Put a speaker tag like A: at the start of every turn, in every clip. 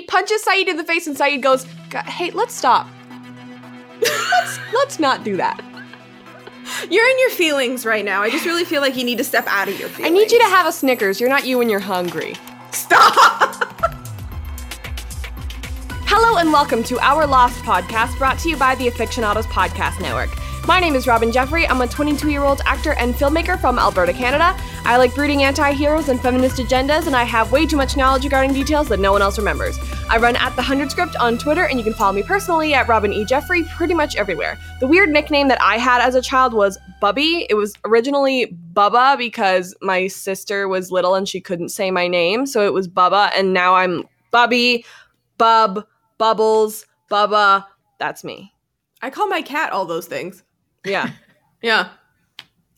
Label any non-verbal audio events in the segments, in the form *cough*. A: punches Saeed in the face, and Saeed goes, "G- "Hey, let's stop. *laughs* let's let's not do that.
B: You're in your feelings right now. I just really feel like you need to step out of your
A: I
B: feelings.
A: need you to have a Snickers. You're not you when you're hungry."
B: stop.
A: Hello and welcome to Our Lost podcast, brought to you by the Aficionados Podcast Network. My name is Robin Jeffrey. I'm a 22 year old actor and filmmaker from Alberta, Canada. I like brooding anti heroes and feminist agendas, and I have way too much knowledge regarding details that no one else remembers. I run at The 100 Script on Twitter, and you can follow me personally at Robin E. Jeffrey pretty much everywhere. The weird nickname that I had as a child was Bubby. It was originally Bubba because my sister was little and she couldn't say my name, so it was Bubba, and now I'm Bubby, Bub. Bubbles, Bubba. That's me.
B: I call my cat all those things.
A: Yeah.
B: Yeah.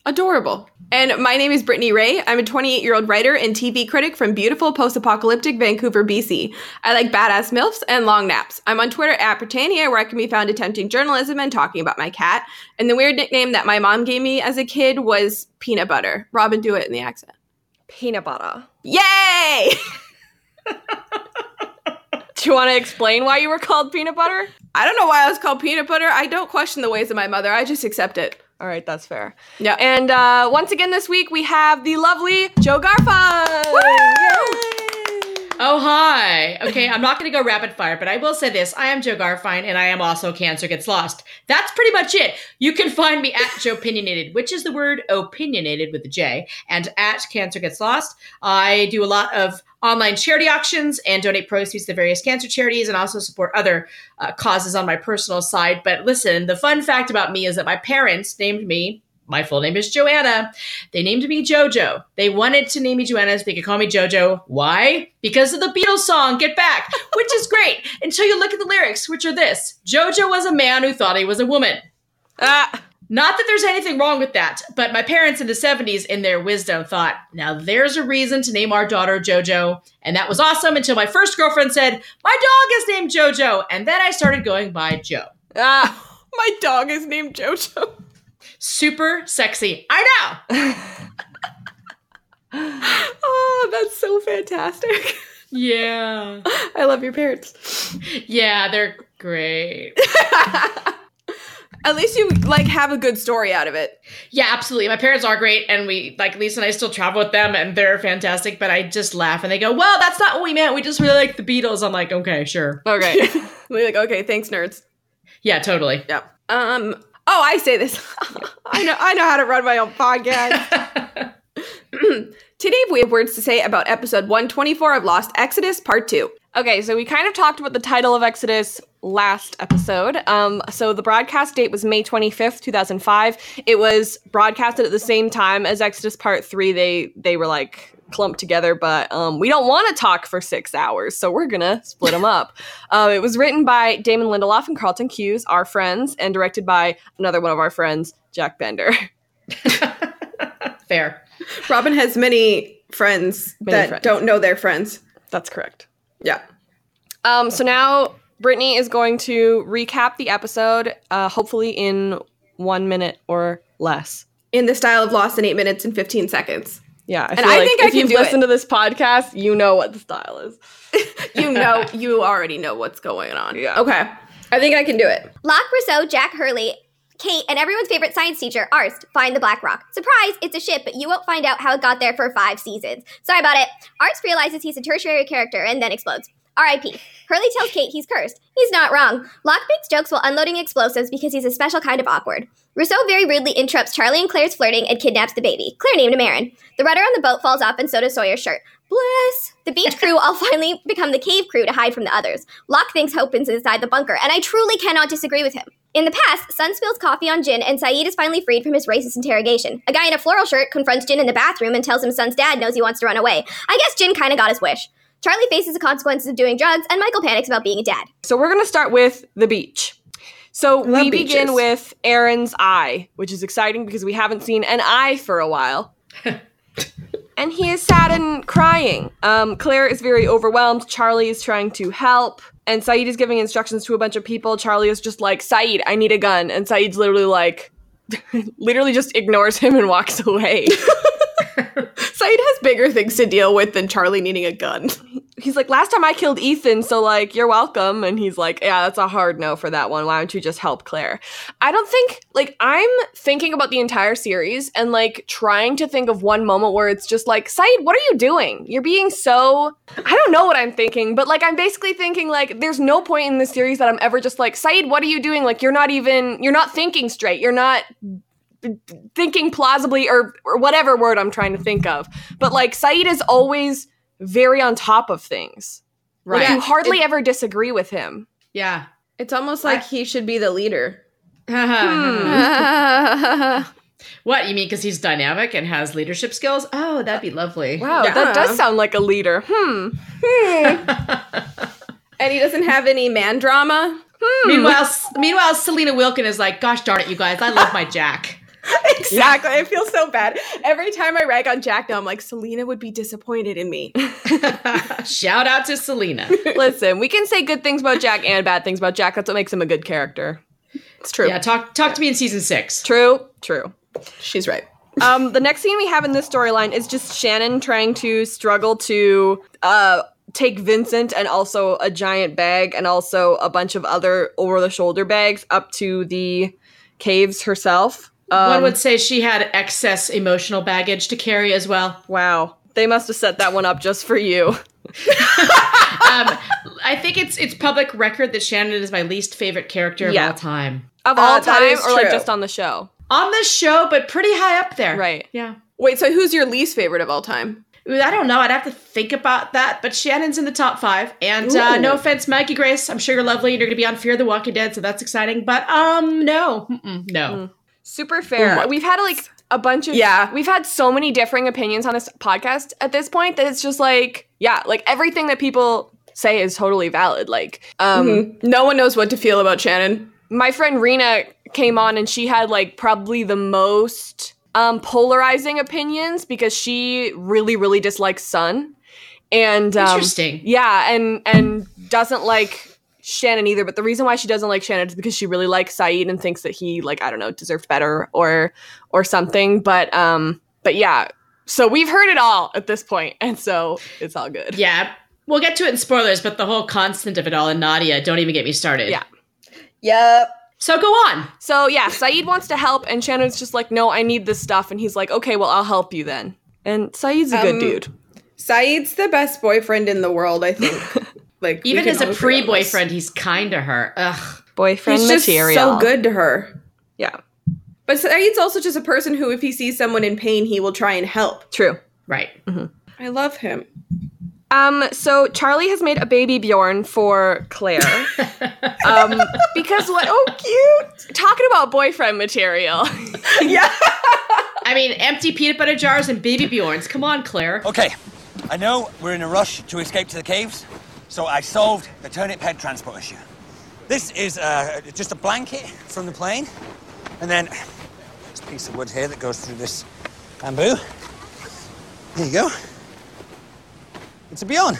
B: Adorable. And my name is Brittany Ray. I'm a 28 year old writer and TV critic from beautiful post apocalyptic Vancouver, BC. I like badass MILFs and long naps. I'm on Twitter at Britannia, where I can be found attempting journalism and talking about my cat. And the weird nickname that my mom gave me as a kid was peanut butter. Robin, do it in the accent.
A: *laughs* Peanut butter.
B: Yay! *laughs*
A: Do you want to explain why you were called peanut butter?
B: I don't know why I was called peanut butter. I don't question the ways of my mother, I just accept it.
A: All right, that's fair.
B: Yeah.
A: And uh, once again this week, we have the lovely Joe Garfund.
B: *laughs*
C: Oh, hi. Okay, I'm not going to go rapid fire, but I will say this. I am Joe Garfine, and I am also Cancer Gets Lost. That's pretty much it. You can find me at Joe Opinionated, which is the word opinionated with a J, and at Cancer Gets Lost. I do a lot of online charity auctions and donate proceeds to various cancer charities and also support other uh, causes on my personal side. But listen, the fun fact about me is that my parents named me. My full name is Joanna. They named me JoJo. They wanted to name me Joanna so they could call me JoJo. Why? Because of the Beatles song, Get Back, which is great *laughs* until you look at the lyrics, which are this JoJo was a man who thought he was a woman.
A: Ah,
C: Not that there's anything wrong with that, but my parents in the 70s, in their wisdom, thought, now there's a reason to name our daughter JoJo. And that was awesome until my first girlfriend said, my dog is named JoJo. And then I started going by Joe.
A: ah.
B: My dog is named JoJo. *laughs*
C: Super sexy. I know.
B: Oh, that's so fantastic. *laughs*
C: Yeah.
B: I love your parents.
C: Yeah, they're great.
B: At least you like have a good story out of it.
C: Yeah, absolutely. My parents are great, and we like Lisa and I still travel with them, and they're fantastic. But I just laugh, and they go, "Well, that's not what we meant. We just really like the Beatles." I'm like, "Okay, sure,
A: *laughs* Okay.
B: We're like, okay, thanks, nerds.
C: yeah, totally."
B: Yep. Um. Oh, I say this. *laughs* I know. I know how to run my own podcast. *laughs* *clears throat* Today we have words to say about episode 124 of Lost Exodus Part Two.
A: Okay, so we kind of talked about the title of Exodus last episode. Um, so the broadcast date was May 25th, 2005. It was broadcasted at the same time as Exodus Part 3. They they were like clumped together, but um, we don't want to talk for six hours, so we're going to split them up. *laughs* Uh, it was written by Damon Lindelof and Carlton Hughes, our friends, and directed by another one of our friends, Jack Bender. *laughs*
C: Fair.
B: Robin has many friends
A: Many
B: that
A: friends.
B: don't know their friends.
A: That's correct.
B: Yeah.
A: Um, so now Brittany is going to recap the episode, uh, hopefully in one minute or less.
B: In the style of Lost in eight minutes and 15 seconds.
A: Yeah, I
B: And I think I
A: if
B: can
A: you've
B: do
A: listened to this podcast, you know what the style is.
B: You *laughs* know, you already know what's going on.
A: Yeah.
B: Okay. I think I can do it.
D: Locke Rousseau, Jack Hurley, Kate, and everyone's favorite science teacher, Arst, find the Black Rock. Surprise, it's a ship, but you won't find out how it got there for five seasons. Sorry about it. Arst realizes he's a tertiary character and then explodes. R.I.P. Hurley tells Kate he's cursed. He's not wrong. Locke makes jokes while unloading explosives because he's a special kind of awkward. Rousseau very rudely interrupts Charlie and Claire's flirting and kidnaps the baby, Claire named Marin. The rudder on the boat falls off and so does Sawyer's shirt. Bliss! The beach crew all *laughs* finally become the cave crew to hide from the others. Locke thinks Hope is inside the bunker, and I truly cannot disagree with him. In the past, Sun spills coffee on Jin, and Saeed is finally freed from his racist interrogation. A guy in a floral shirt confronts Jin in the bathroom and tells him Sun's dad knows he wants to run away. I guess Jin kinda got his wish. Charlie faces the consequences of doing drugs, and Michael panics about being a dad.
A: So we're gonna start with the beach. So
B: love
A: we begin
B: beaches.
A: with Aaron's eye, which is exciting because we haven't seen an eye for a while.
B: *laughs*
A: and he is sad and crying. Um, Claire is very overwhelmed. Charlie is trying to help. And Saeed is giving instructions to a bunch of people. Charlie is just like, Saeed, I need a gun. And Saeed's literally like, *laughs* literally just ignores him and walks away.
B: Said has bigger things to deal with than Charlie needing a gun.
A: he's like, last time I killed Ethan, so like, you're welcome. And he's like, yeah, that's a hard no for that one. Why don't you just help Claire? I don't think, like, I'm thinking about the entire series and like trying to think of one moment where it's just like, Said, what are you doing? You're being so, I don't know what I'm thinking, but like, I'm basically thinking, like, there's no point in this series that I'm ever just like, Said, what are you doing? Like, you're not even, you're not thinking straight. You're not thinking plausibly or, or whatever word I'm trying to think of. But like, Said is always very on top of things. Right.
B: Right.
A: you hardly
B: It-
A: ever disagree with him.
C: Yeah.
B: It's almost like he should be the *laughs* leader.
A: Hmm.
C: *laughs* What you mean? Because he's dynamic and has leadership skills. Oh, that'd be lovely.
A: Wow,
B: Yeah.
A: that does sound like a leader. *laughs* Hmm.
B: and he doesn't have any man drama.
C: meanwhile, meanwhile, Selena Wilkin is like, "Gosh darn it, you guys! I love my Jack."
B: *laughs* Exactly. I feel so bad. Every time I rag on Jack now, I'm like, Selena would be disappointed in me. *laughs*
C: Shout out to Selena.
A: Listen, we can say good things about Jack and bad things about Jack. That's what makes him a good character.
B: It's true.
C: Yeah, talk talk to me in season six.
A: True, true.
B: She's right.
A: Um, the next scene we have in this storyline is just Shannon trying to struggle to uh, take Vincent and also a giant bag and also a bunch of other over the shoulder bags up to the caves herself.
C: One
A: Um,
C: would say she had excess emotional baggage to carry as well.
A: wow. They must have set that one up just for you.
C: Um, I think it's it's public record that Shannon is my least favorite character of
A: Yeah.
C: all time
A: Of all
B: Uh, that
A: time
B: is
A: or like
B: true.
A: just on the show?
C: on this show, but pretty high up there.
A: Right.
C: Yeah.
B: Wait, so who's your least favorite of all time?
C: Ooh, I don't know. I'd have to think about that. But Shannon's in the top five. And uh,
B: Ooh.
C: no offense, Maggie Grace. I'm sure you're lovely. and You're going to be on Fear the Walking Dead, so that's exciting. But um, no, Mm-mm, no.
A: super fair.
B: Oh my-
A: We've had like a bunch of
B: Yeah.
A: We've had so many differing opinions on this podcast at this point that it's just like yeah, like everything that people say is totally valid. Like um,
B: No one knows what to feel about Shannon.
A: my friend Rena came on and she had like probably the most um, polarizing opinions because she really really dislikes Sun
B: Mm.
A: and um,
C: Interesting.
A: yeah, and and doesn't like Shannon either. But the reason why she doesn't like Shannon is because she really likes Saeed and thinks that he like I don't know deserved better or or something. But um, but yeah. So we've heard it all at this point, *laughs* and so it's all good.
C: Yeah. We'll get to it in spoilers, but the whole constant of it all and Nadia, don't even get me started.
A: Yeah.
B: Yep.
C: So go on.
A: So yeah, Saeed wants to help, and Shannon's just like, "No, I need this stuff," and he's like, "Okay, well, I'll help you then." And Saeed's a
B: Um,
A: good dude.
B: Saeed's the best boyfriend in the world, I *laughs* think. like we
C: Even
B: can
C: as a
B: all agree on
C: pre
B: this.
C: boyfriend, he's kind to her. Ugh.
A: Boyfriend
B: he's just
A: material.
B: so good to her.
A: Yeah,
B: But Saeed's also just a person who, if he sees someone in pain, he will try and help.
A: true.
C: Right.
B: I love him.
A: Um, so Charlie has made a baby Bjorn for Claire. um, because what? Oh, cute! Talking about boyfriend material.
B: *laughs* yeah.
C: I mean, empty peanut butter jars and baby Bjorns. Come on, Claire.
E: Okay, I know we're in a rush to escape to the caves, so I solved the turnip head transport issue. This is uh, just a blanket from the plane, and then this piece of wood here that goes through this bamboo. There you go. It's a Bjorn.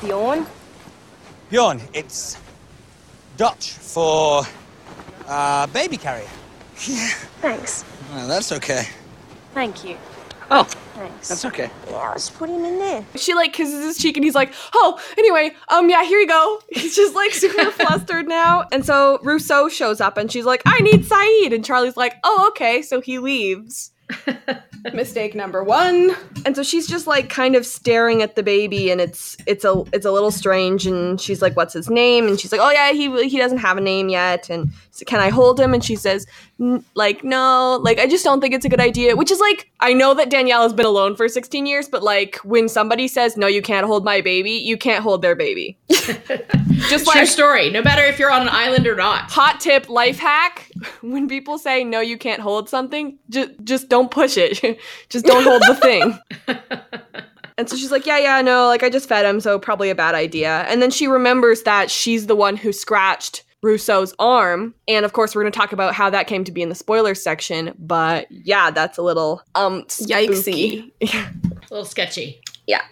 F: Bjorn?
E: Bjorn, it's Dutch for uh, baby carrier.
F: Thanks.
E: Well, that's okay.
F: Thank you.
E: Oh,
F: Thanks.
E: that's okay.
F: yeah, let's put him in there.
A: she like kisses his cheek, and he's like, "Oh, anyway, um, yeah, here you go." He's just like super flustered now. And so Rousseau shows up, and she's like, "I need Saeed," and Charlie's like, "Oh, okay." So he leaves.
B: Mistake number one.
A: and so she's just like kind of staring at the baby and it's it's a it's a little strange and she's like what's his name and she's like oh yeah he he doesn't have a name yet and so can i hold him and she says "N- like no like i just don't think it's a good idea which is like i know that danielle has been alone for 16 years but like when somebody says no you can't hold my baby you can't hold their baby just
C: True
A: like
C: story. No matter if you're on an island or not.
A: hot tip life hack *laughs* when people say no you can't hold something just just don't push it *laughs* just don't hold the thing and so she's like yeah yeah no like i just fed him so probably a bad idea and then she remembers that she's the one who scratched Rousseau's arm. And of course, we're going to talk about how that came to be in the spoiler section. But yeah, that's a little um
B: Yikesy.
A: spooky.
C: A little sketchy.
A: Yeah.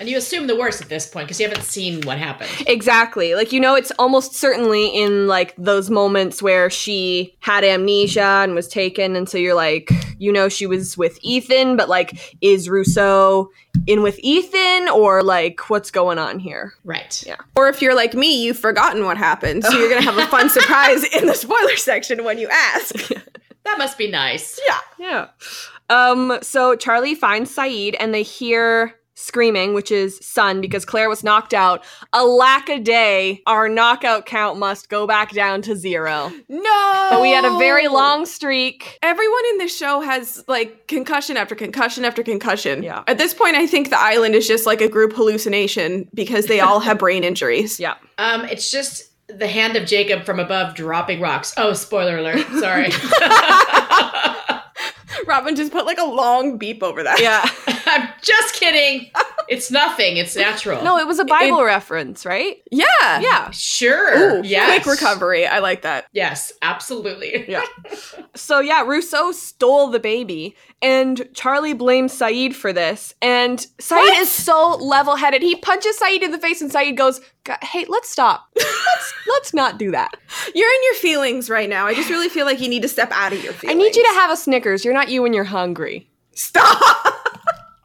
C: And you assume the worst at this point because you haven't seen what happened.
A: Exactly. Like you know it's almost certainly in like those moments where she had amnesia and was taken and so you're like you know she was with Ethan but like is Rousseau in with Ethan or like what's going on here?
C: Right. Yeah.
B: Or if you're like me, you've forgotten what happened. So you're going to have a *laughs* fun surprise in the spoiler section when you *laughs* ask.
C: That must be nice.
A: Yeah. Um so Charlie finds Saeed and they hear screaming which is son because Claire was knocked out. Alack a day, our knockout count must go back down to 0.
B: No.
A: But we had a very long streak.
B: Everyone in this show has like concussion after concussion after concussion.
A: Yeah.
B: At this point, I think the island is just like a group hallucination because they all have brain *laughs* injuries.
A: Yeah.
C: Um, it's just the hand of Jacob from above dropping rocks. Oh, spoiler alert. Sorry. *laughs*
B: Robin just put like a long beep over that.
A: Yeah. *laughs*
C: I'm just kidding. It's nothing. It's natural.
A: No, it was a Bible reference, right?
B: Yeah.
A: Yeah.
C: Sure.
B: Ooh,
C: yes.
B: Quick recovery. I like that.
C: Yes, absolutely.
A: Yeah. so yeah, Rousseau stole the baby, and Charlie blames Saeed for this. And Saeed
B: What?
A: is so level-headed. He punches Saeed in the face, and Saeed goes, "Gu- "Hey, let's stop. Let's let's not do that.
B: You're in your feelings right now. I just really feel like you need to step out of your
A: I
B: feelings.
A: need you to have a Snickers. You're not you when you're hungry."
B: stop. *laughs*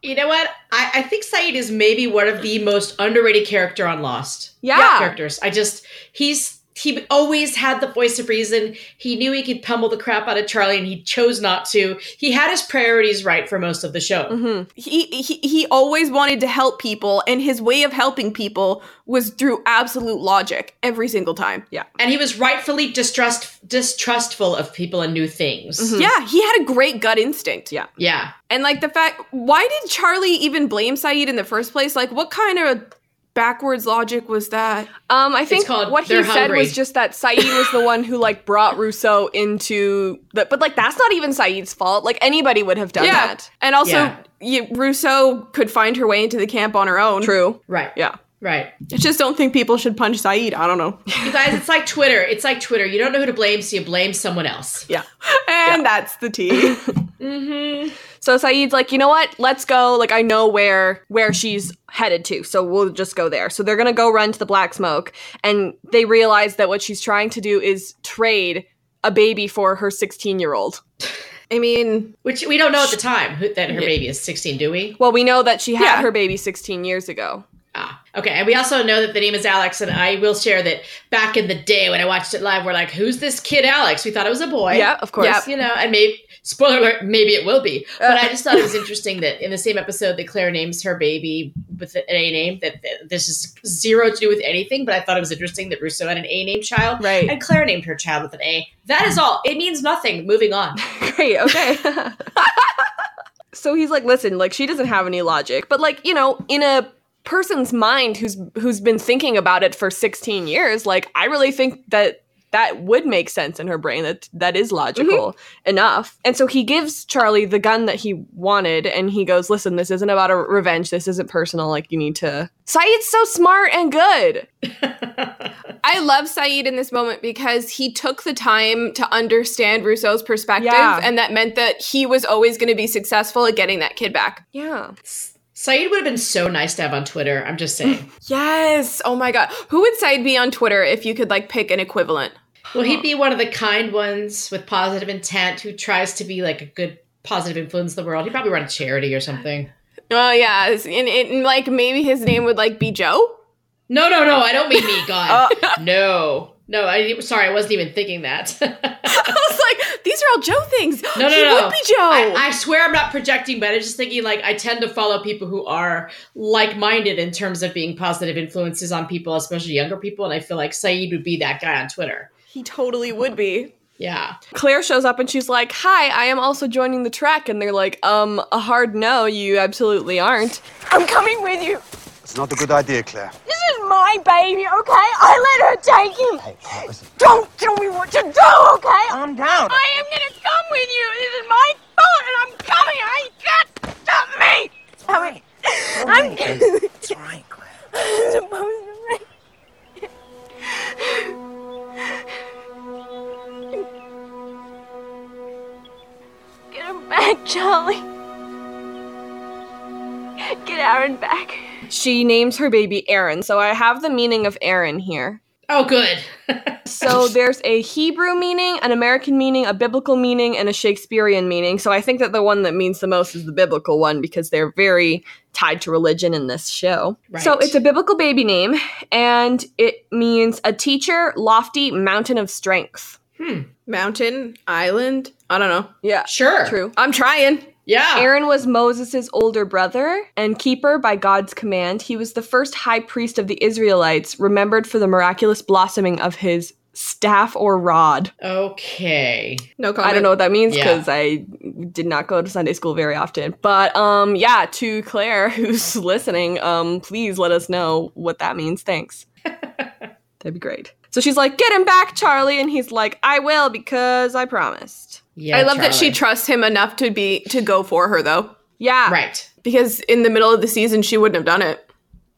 C: You know what? I, I think Saeed is maybe one of the most underrated character on Lost.
A: Yeah.
C: Characters. I just he's he always had the voice of reason. He knew he could pummel the crap out of Charlie and he chose not to. He had his priorities right for most of the show.
A: Mm-hmm.
B: He, he he always wanted to help people, and his way of helping people was through absolute logic every single time.
A: Yeah.
C: And he was rightfully distrust distrustful of people and new things.
A: Mm-hmm.
B: Yeah, he had a great gut instinct.
A: Hmm. Yeah.
C: Yeah.
B: And like the fact, why did Charlie even blame Saeed in the first place? Like, what kind of backwards logic was that?
A: Um, I think
C: called
A: what he
C: They're
A: said
C: Hungry.
A: was just that Saeed was the one who like brought Rousseau into the. But like that's not even Saeed's fault. Like anybody would have done that.
B: And also,
C: Yeah.
B: you, Rousseau could find her way into the camp on her own.
A: True.
C: Right.
A: Yeah.
C: Right.
B: I just don't think people should punch Saeed. I don't know.
A: *laughs*
C: You guys, it's like Twitter. It's like Twitter. You don't know who to blame, so you blame someone else.
A: Yeah.
B: And that's the tea.
A: So Saeed's like, you know what? Let's go. Like I know where where she's headed to, so we'll just go there. So they're gonna go run to the black smoke, and they realize that what she's trying to do is trade a baby for her 16 year old.
B: I mean,
C: Which we don't know at the time who, that her baby is 16, do we?
A: Well, we know that she had
B: Yeah.
A: her baby 16 years ago.
C: Ah, okay. And we also know that the name is Alex. And I will share that back in the day when I watched it live, we're like, who's this kid Alex? We thought it was a boy.
A: Yeah, of course. Uh.
C: You know, and maybe, spoiler alert, maybe it will be. But I just thought it was interesting that in the same episode that Claire names her baby with an A name, that that this is zero to do with anything. But I thought it was interesting that Russo had an A named child.
A: Right.
C: And Claire named her child with an A. That is all. It means nothing. Moving on. *laughs*
A: Great. Okay. *laughs* so he's like, listen, like she doesn't have any logic, but like you know, in a person's mind who's who's been thinking about it for 16 years, like I really think that that would make sense in her brain that that is logical enough. And so he gives Charlie the gun that he wanted and he goes, "Listen, this isn't about a revenge. This isn't personal. Like you need to Saeed's so smart and good."
B: I love Saeed in this moment because he took the time to understand Rousseau's perspective,
A: Yeah.
B: and that meant that he was always going to be successful at getting that kid back.
A: Yeah.
C: Saeed would have been so nice to have on Twitter. I'm just saying.
B: Yes. Oh my God. Who would Saeed be on Twitter if you could like pick an equivalent?
C: Well, he'd be one of the kind ones with positive intent who tries to be like a good positive influence in the world. He'd probably run a charity or something.
B: Oh yeah, and, and like maybe his name would like be Joe.
C: No, no, no. I don't mean me, God.
B: Uh.
C: no. No, I sorry, I wasn't even thinking that.
B: *laughs*
C: *laughs*
B: I was like, these are all Joe things.
C: No, no,
B: he
C: no.
B: would be Joe.
C: I, I swear I'm not projecting, but I'm just thinking like I tend to follow people who are like minded in terms of being positive influences on people, especially younger people. And I feel like Saeed would be that guy on Twitter.
B: he totally would be.
C: Yeah.
A: Claire shows up and she's like, "Hi, I am also joining the trek." And they're like, "Um, a hard no, you absolutely aren't."
F: I'm coming with you.
G: It's not a good idea, Claire.
F: This is my baby, okay? I let her take him. Don't tell me what to do, okay?
E: Calm down.
F: I am gonna come with you. This is my fault, and I'm coming. I can't stop me. Stop me. I'm
E: It's all right, Claire.
F: supposed to make. Get him back, Charlie. Get Aaron back.
A: She names her baby Aaron, so I have the meaning of Aaron here.
C: Oh, good. *laughs*
A: So there's a Hebrew meaning, an American meaning, a biblical meaning, and a Shakespearean meaning. So I think that the one that means the most is the biblical one because they're very tied to religion in this show. So
C: Right.
A: it's a biblical baby name, and it means a teacher, lofty, mountain of strength.
B: Mountain, island. I don't know.
A: Yeah,
C: sure.
A: true.
B: I'm trying.
C: Yeah.
A: Aaron was Moses' older brother and keeper by God's command. He was the first high priest of the Israelites, remembered for the miraculous blossoming of his staff or rod.
C: Okay.
B: No comment.
A: I don't know what that means
C: Yeah.
A: because I did not go to Sunday school very often. But um, yeah, to Claire *laughs* who's listening, um, please let us know what that means.
C: *laughs*
A: Thanks. That'd be great. So she's like, "Get him back, Charlie," and he's like, "I will because I promised."
C: Yeah.
B: I love that she
C: Charlie.
B: trusts him enough to be to go for her though,
A: Yeah,
C: right.
B: because in the middle of the season she wouldn't have done it.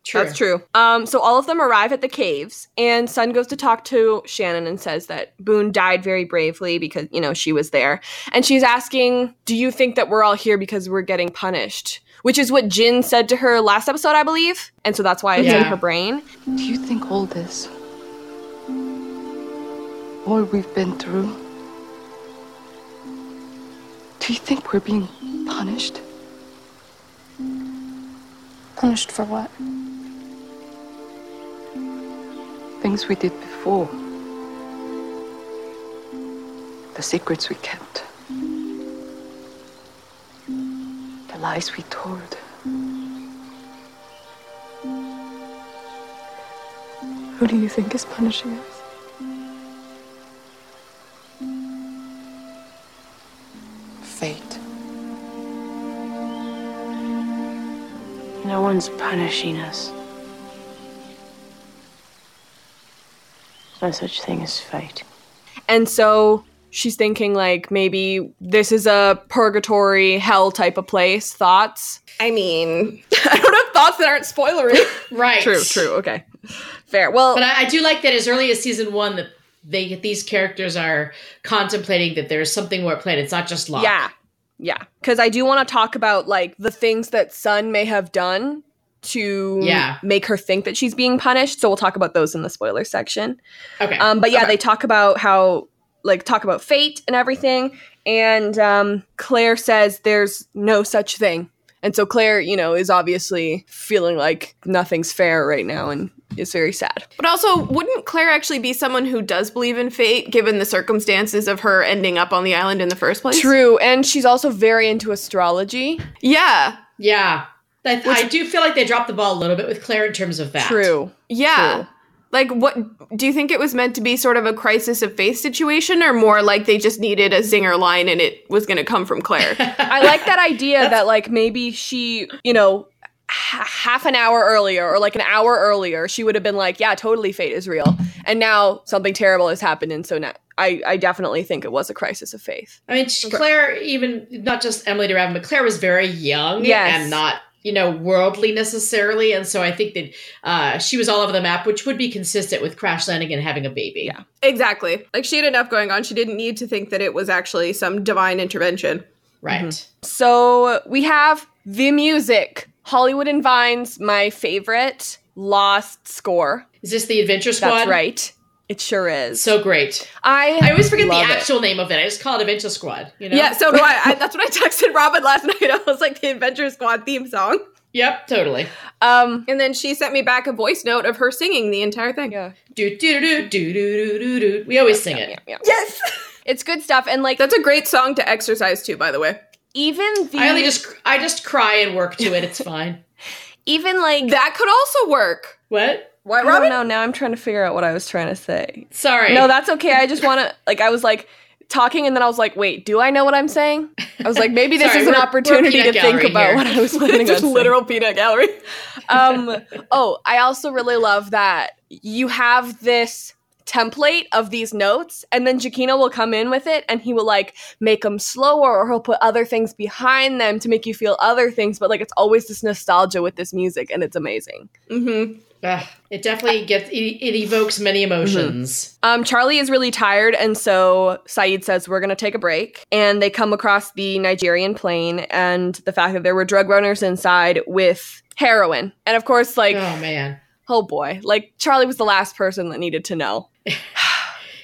C: True.
A: That's true. Um, so all of them arrive at the caves, and Sun goes to talk to Shannon and says that Boone died very bravely because you know she was there, and she's asking, "Do you think that we're all here because we're getting punished?" Which is what Jin said to her last episode, I believe, and so that's why it's in
C: Yeah.
A: her brain.
H: Do you think all this, all we've been through, do you think we're being punished?
I: Punished for what?
H: Things we did before, the secrets we kept, the lies we told. Who do you think is punishing us?
I: Fate. No one's punishing us. No such thing as fate.
A: And so she's thinking like maybe this is a purgatory hell type of place. Thoughts?
B: I mean, I don't have thoughts that aren't spoilery.
A: *laughs*
C: Right.
A: True, true. Okay, fair. Well,
C: But I, I do like that as early as season one that they these characters are contemplating that there's something more at play. It's not just luck.
A: Yeah. Yeah. Cause I do want to talk about like the things that Sun may have done to
C: Yeah.
A: make her think that she's being punished. So we'll talk about those in the spoiler section.
C: Okay.
A: Um, but yeah, they talk about how like talk about fate and everything. And um, Claire says there's no such thing. And so Claire, you know, is obviously feeling like nothing's fair right now and is very sad.
B: *laughs* but also, wouldn't Claire actually be someone who does believe in fate given the circumstances of her ending up on the island in the first place?
A: True. And she's also very into astrology.
B: Yeah.
C: yeah. I, I do feel like they dropped the ball a little bit with Claire in terms of that.
A: True.
B: Yeah.
A: True.
B: Like what do you think it was meant to be sort of a crisis of faith situation or more like they just needed a zinger line and it was going to come from *laughs* Claire?
A: I like that
C: *laughs*
A: idea that like maybe she, you know, h- half an hour earlier or like an hour earlier, she would have been like, "Yeah, totally, fate is real." And now something terrible has happened, and so now I, I definitely think it was a crisis of faith.
C: I mean, she- Claire, even not just Emily de Raven, but Claire was very young
A: Yes.
C: and not, you know, worldly necessarily. And so I think that uh, she was all over the map, which would be consistent with crash landing and having a baby.
A: Yeah.
B: exactly. Like she had enough going on. She didn't need to think that it was actually some divine intervention.
C: Right.
A: Mm-hmm. So we have the music, Hollywood and Vines, my favorite lost score.
C: Is this the Adventure Squad?
A: That's right. It sure is.
C: So great.
A: I
C: I always forget
A: love
C: the
A: it.
C: actual name of it. I just call it Adventure Squad, you know?
B: Yeah, so do I. I. That's what I texted Robin last *laughs* night. I was like, the Adventure Squad theme song.
C: Yep, totally.
A: Um.
B: And then she sent me back a voice note of her singing the entire thing.
A: Yeah.
C: Do, do, do, do, do, do, do, do. We always sing
A: Yeah.
C: it.
A: Yeah. Yes. It's good stuff, and like
B: That's a great song to exercise to, by the way.
A: even the
C: I only just, I just cry and work to it. It's
A: *laughs*
C: fine.
A: even like
B: That could also work.
C: What?
B: What,
A: I don't
B: Robin?
A: know. Now I'm trying to figure out what I was trying to say.
C: Sorry.
A: No, that's okay. I just want to, like, I was like talking and then I was like, wait, do I know what I'm saying? I was like, maybe this
C: Sorry,
A: is an
C: we're- we're
A: opportunity
C: peanut
A: to think
C: gallery
A: about
C: here.
A: what I
C: *laughs*
A: was planning
B: Just
A: on
B: literal peanut gallery.
A: saying. Um, oh, I also really love that you have this template of these notes and then Jaquino will come in with it and he will like make them slower or he'll put other things behind them to make you feel other things but like it's always this nostalgia with this music and it's amazing.
B: Mm-hmm.
C: Ugh, it definitely gets, it, it evokes many
A: Mm-hmm.
C: emotions.
A: Um, Charlie is really tired, and so Saeed says, We're going to take a break. And they come across the Nigerian plane and the fact that there were drug runners inside with heroin. And of course, like,
C: Oh man.
A: oh boy, like Charlie was the last person that needed to know.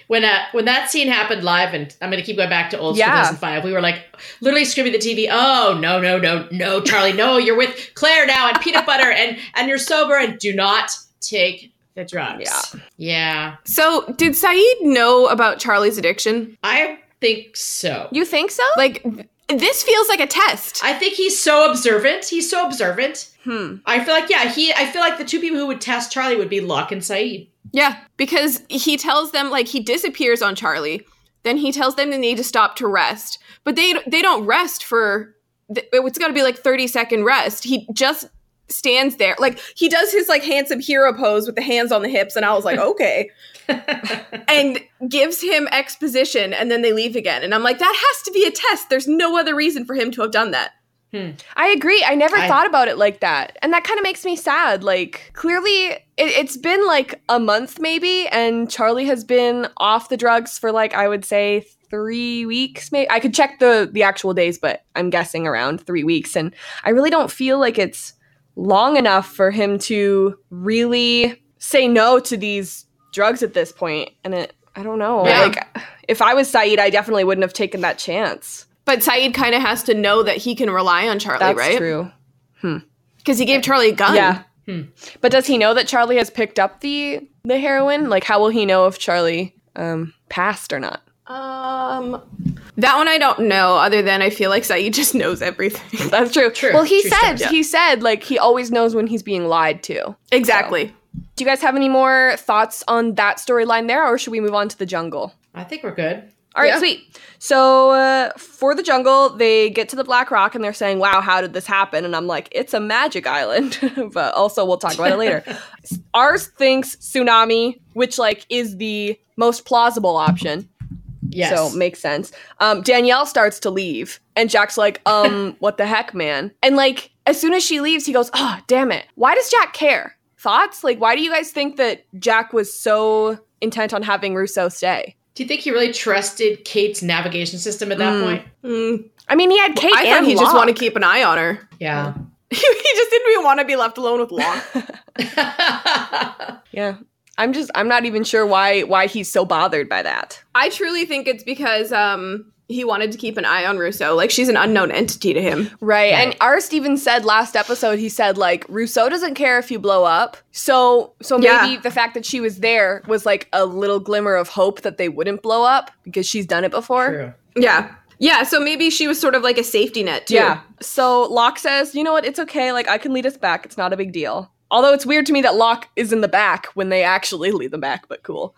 C: When uh, when that scene happened live, and I'm going to keep going back to old
A: Yeah.
C: 2005, we were like literally screaming at the TV, "Oh no, no, no, no, Charlie, no! You're with Claire now, and peanut butter, and and you're sober, and do not take the drugs."
A: Yeah.
C: yeah,
B: So, did Saeed know about Charlie's addiction?
C: I think so.
A: You think so?
B: Like, th- this feels like a test.
C: I think he's so observant. He's so observant.
A: Hmm.
C: I feel like yeah, he. I feel like the two people who would test Charlie would be Locke
A: *laughs*
C: and Saeed.
B: Yeah, because he tells them like he disappears on Charlie. Then he tells them they need to stop to rest, but they they don't rest for th- it's got to be like thirty second rest. He just stands there like he does his like handsome hero pose with the hands on the hips, and I was
A: *laughs*
B: like okay, and gives him exposition, and then they leave again, and I'm like that has to be a test. There's no other reason for him to have done that.
A: I agree. I never
C: I-
A: thought about it like that. And that kind of makes me sad. Like, clearly, it, it's been like a month maybe, and Charlie has been off the drugs for like, I would say, three weeks maybe i could check the the actual days but i'm guessing around three weeks and i really don't feel like it's long enough for him to really say no to these drugs at this point and it i don't know
C: Yeah.
A: like if i was saeed i definitely wouldn't have taken that chance
B: But Saeed kind of has to know that he can rely on Charlie,
A: that's
B: right?
A: true
B: Because he gave Charlie a gun.
A: Yeah.
C: Hmm.
A: But does he know that Charlie has picked up the the heroin? Like, how will he know if Charlie um, passed or not?
B: Um, that one I don't know. Other than I feel like Saeed just knows
A: *laughs*
B: everything.
A: That's true.
C: True.
A: Well, he
C: True
A: said
C: story.
A: he said like he always knows when he's being lied to.
B: exactly.
A: Do you guys have any more thoughts on that storyline there, or should we move on to the jungle?
C: I think we're good.
A: All right,
B: Yeah.
A: sweet. So uh, for the jungle, they get to the Black Rock and they're saying, "Wow, how did this happen?" And I'm like, "It's a magic island." *laughs* but also, we'll talk about it *laughs* later. Ours thinks tsunami, which like is the most plausible option,
C: Yes.
A: so makes sense. Um, Danielle starts to leave, and Jack's like, *laughs* "Um, what the heck, man?" And like, as soon as she leaves, he goes, "Oh, damn it! Why does Jack care?" Thoughts? Like, why do you guys think that Jack was so intent on having Russo stay?
C: Do you think he really trusted Kate's navigation system at that
A: Mm.
C: point?
B: Mm,
A: I mean, he had Kate.
B: I thought
A: and
B: he just wanted
A: Locke.
B: to keep an eye on her.
C: Yeah.
A: *laughs*
B: he just didn't even want to be left alone with Locke.
C: *laughs*
A: Yeah. I'm just I'm not even sure why why he's so bothered by that.
B: I truly think it's because um he wanted to keep an eye on Russo. Like she's an unknown entity to him.
A: Right. And Arst even said last episode he said like Rousseau doesn't care if you blow up. So so maybe
B: Yeah.
A: the fact that she was there was like a little glimmer of hope that they wouldn't blow up because she's done it before.
C: True.
B: Yeah. Yeah, so maybe she was sort of like a safety net too.
A: Yeah. So Locke says, you know what, it's okay, like I can lead us back. It's not a big deal. Although it's weird to me that Locke is in the back when they actually lead them back, but cool.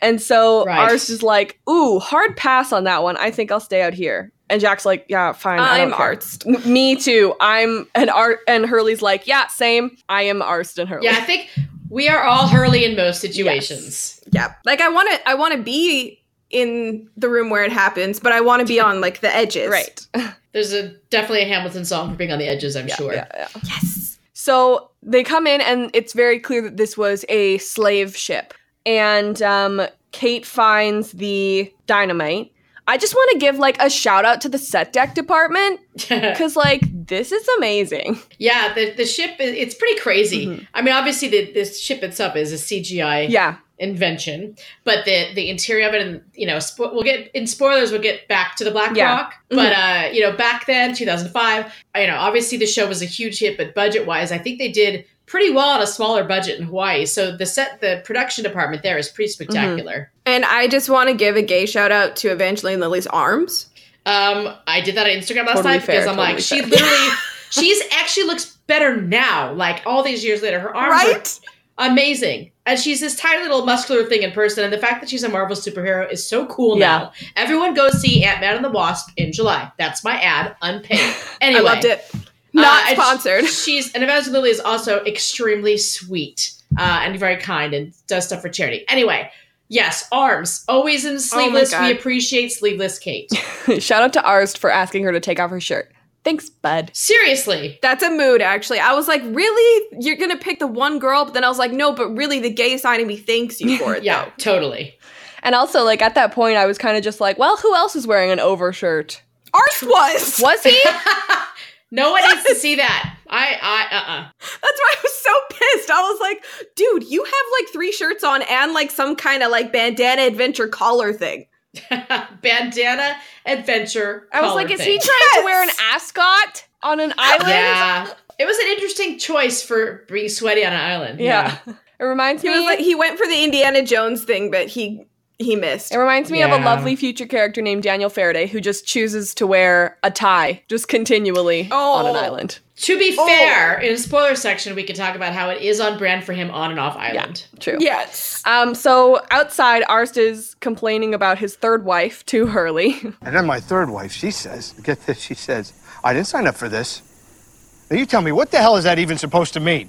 A: And so
C: Right.
A: Arst is like, ooh, hard pass on that one. I think I'll stay out here. And Jack's like, yeah, fine. I don't
B: I'm
A: care."
B: Arst.
A: M- me too. I'm an art and Hurley's like, yeah, same. I am Arst and Hurley.
C: Yeah, I think we are all Hurley in most situations.
B: Yeah. Like I want to I want to be in the room where it happens, but I want to be on like the edges.
A: Right.
C: There's a definitely a Hamilton song for being on the edges, I'm sure.
A: Yeah, yeah.
B: Yes.
A: So they come in, and it's very clear that this was a slave ship. And um, Kate finds the dynamite. I just want to give like a shout out to the set deck department
C: *laughs* Yeah,
A: because like this is amazing.
C: the, the ship is it's pretty crazy.
A: Mm-hmm.
C: I mean, obviously the this ship itself is a CGI
A: Yeah, *laughs*
C: invention, but the the interior of it and you know, spo- we'll get in spoilers we'll get back to the Black
A: Yeah.
C: Rock, but uh, you know, back then 2005, you know, obviously the show was a huge hit, but budget-wise, I think they did pretty well on a smaller budget in Hawaii. So the set the production department there is pretty spectacular.
B: And I just want to give a gay shout out to Evangeline Lilly's arms.
C: Um, I did that on Instagram last
A: Totally
C: night because
A: fair,
C: I'm
A: totally
C: like, she
A: fair.
B: *laughs*
C: literally, she's actually looks better now. Like all these years later, her arms
B: Right?
C: are amazing, and she's this tiny little muscular thing in person. And the fact that she's a Marvel superhero is so cool now. Everyone go see Ant Man and the Wasp in July. That's my ad, unpaid. Anyway,
B: *laughs* I loved it.
C: uh,
B: Not
C: and sh-
B: sponsored. *laughs*
C: She's and Evangeline Lilly is also extremely sweet uh, and very kind and does stuff for charity. Anyway. Yes, arms always in sleeveless. we
B: Oh God.
C: appreciate sleeveless Kate.
A: shout out to Arst for asking her to take off her shirt. Thanks, bud.
C: Seriously,
B: That's a mood, actually. I was like, really? You're going to pick the one girl? But then I was like, no, but really, the gay side of me
A: *laughs*
B: thanks you for it,
C: Yeah,
B: though.
C: totally.
A: And also, like at that point, I was kind of just like, well, who else is wearing an overshirt?
B: Arth was!
A: *laughs* Was he? *laughs*
C: no one needs to see that. I, I, uh, uh
B: *laughs* That's why I was so pissed. I was like, dude, you have like three shirts on and like some kind of like bandana adventure collar thing.
C: uh-uh. *laughs* bandana adventure.
A: I was
C: collar
A: like, is he
C: thing.
A: trying to wear an ascot on an island?
C: Yeah, it was an interesting choice for being sweaty on an island.
A: Yeah. *laughs* It reminds
B: He
A: me
B: was like he went for the Indiana Jones thing, but he he missed.
A: It reminds me of a
C: Yeah.
A: lovely future character named Daniel Faraday who just chooses to wear a tie just continually on an
B: Oh.
A: island.
C: To be fair, in the spoiler section, we could talk about how it is on brand for him on and off island.
A: True.
B: Yes.
A: Um, so outside, Arst is complaining about his third wife to Hurley. *laughs*
G: And then my third wife, she says, get this, she says, I didn't sign up for this. Now you tell me, what the hell is that even supposed to mean?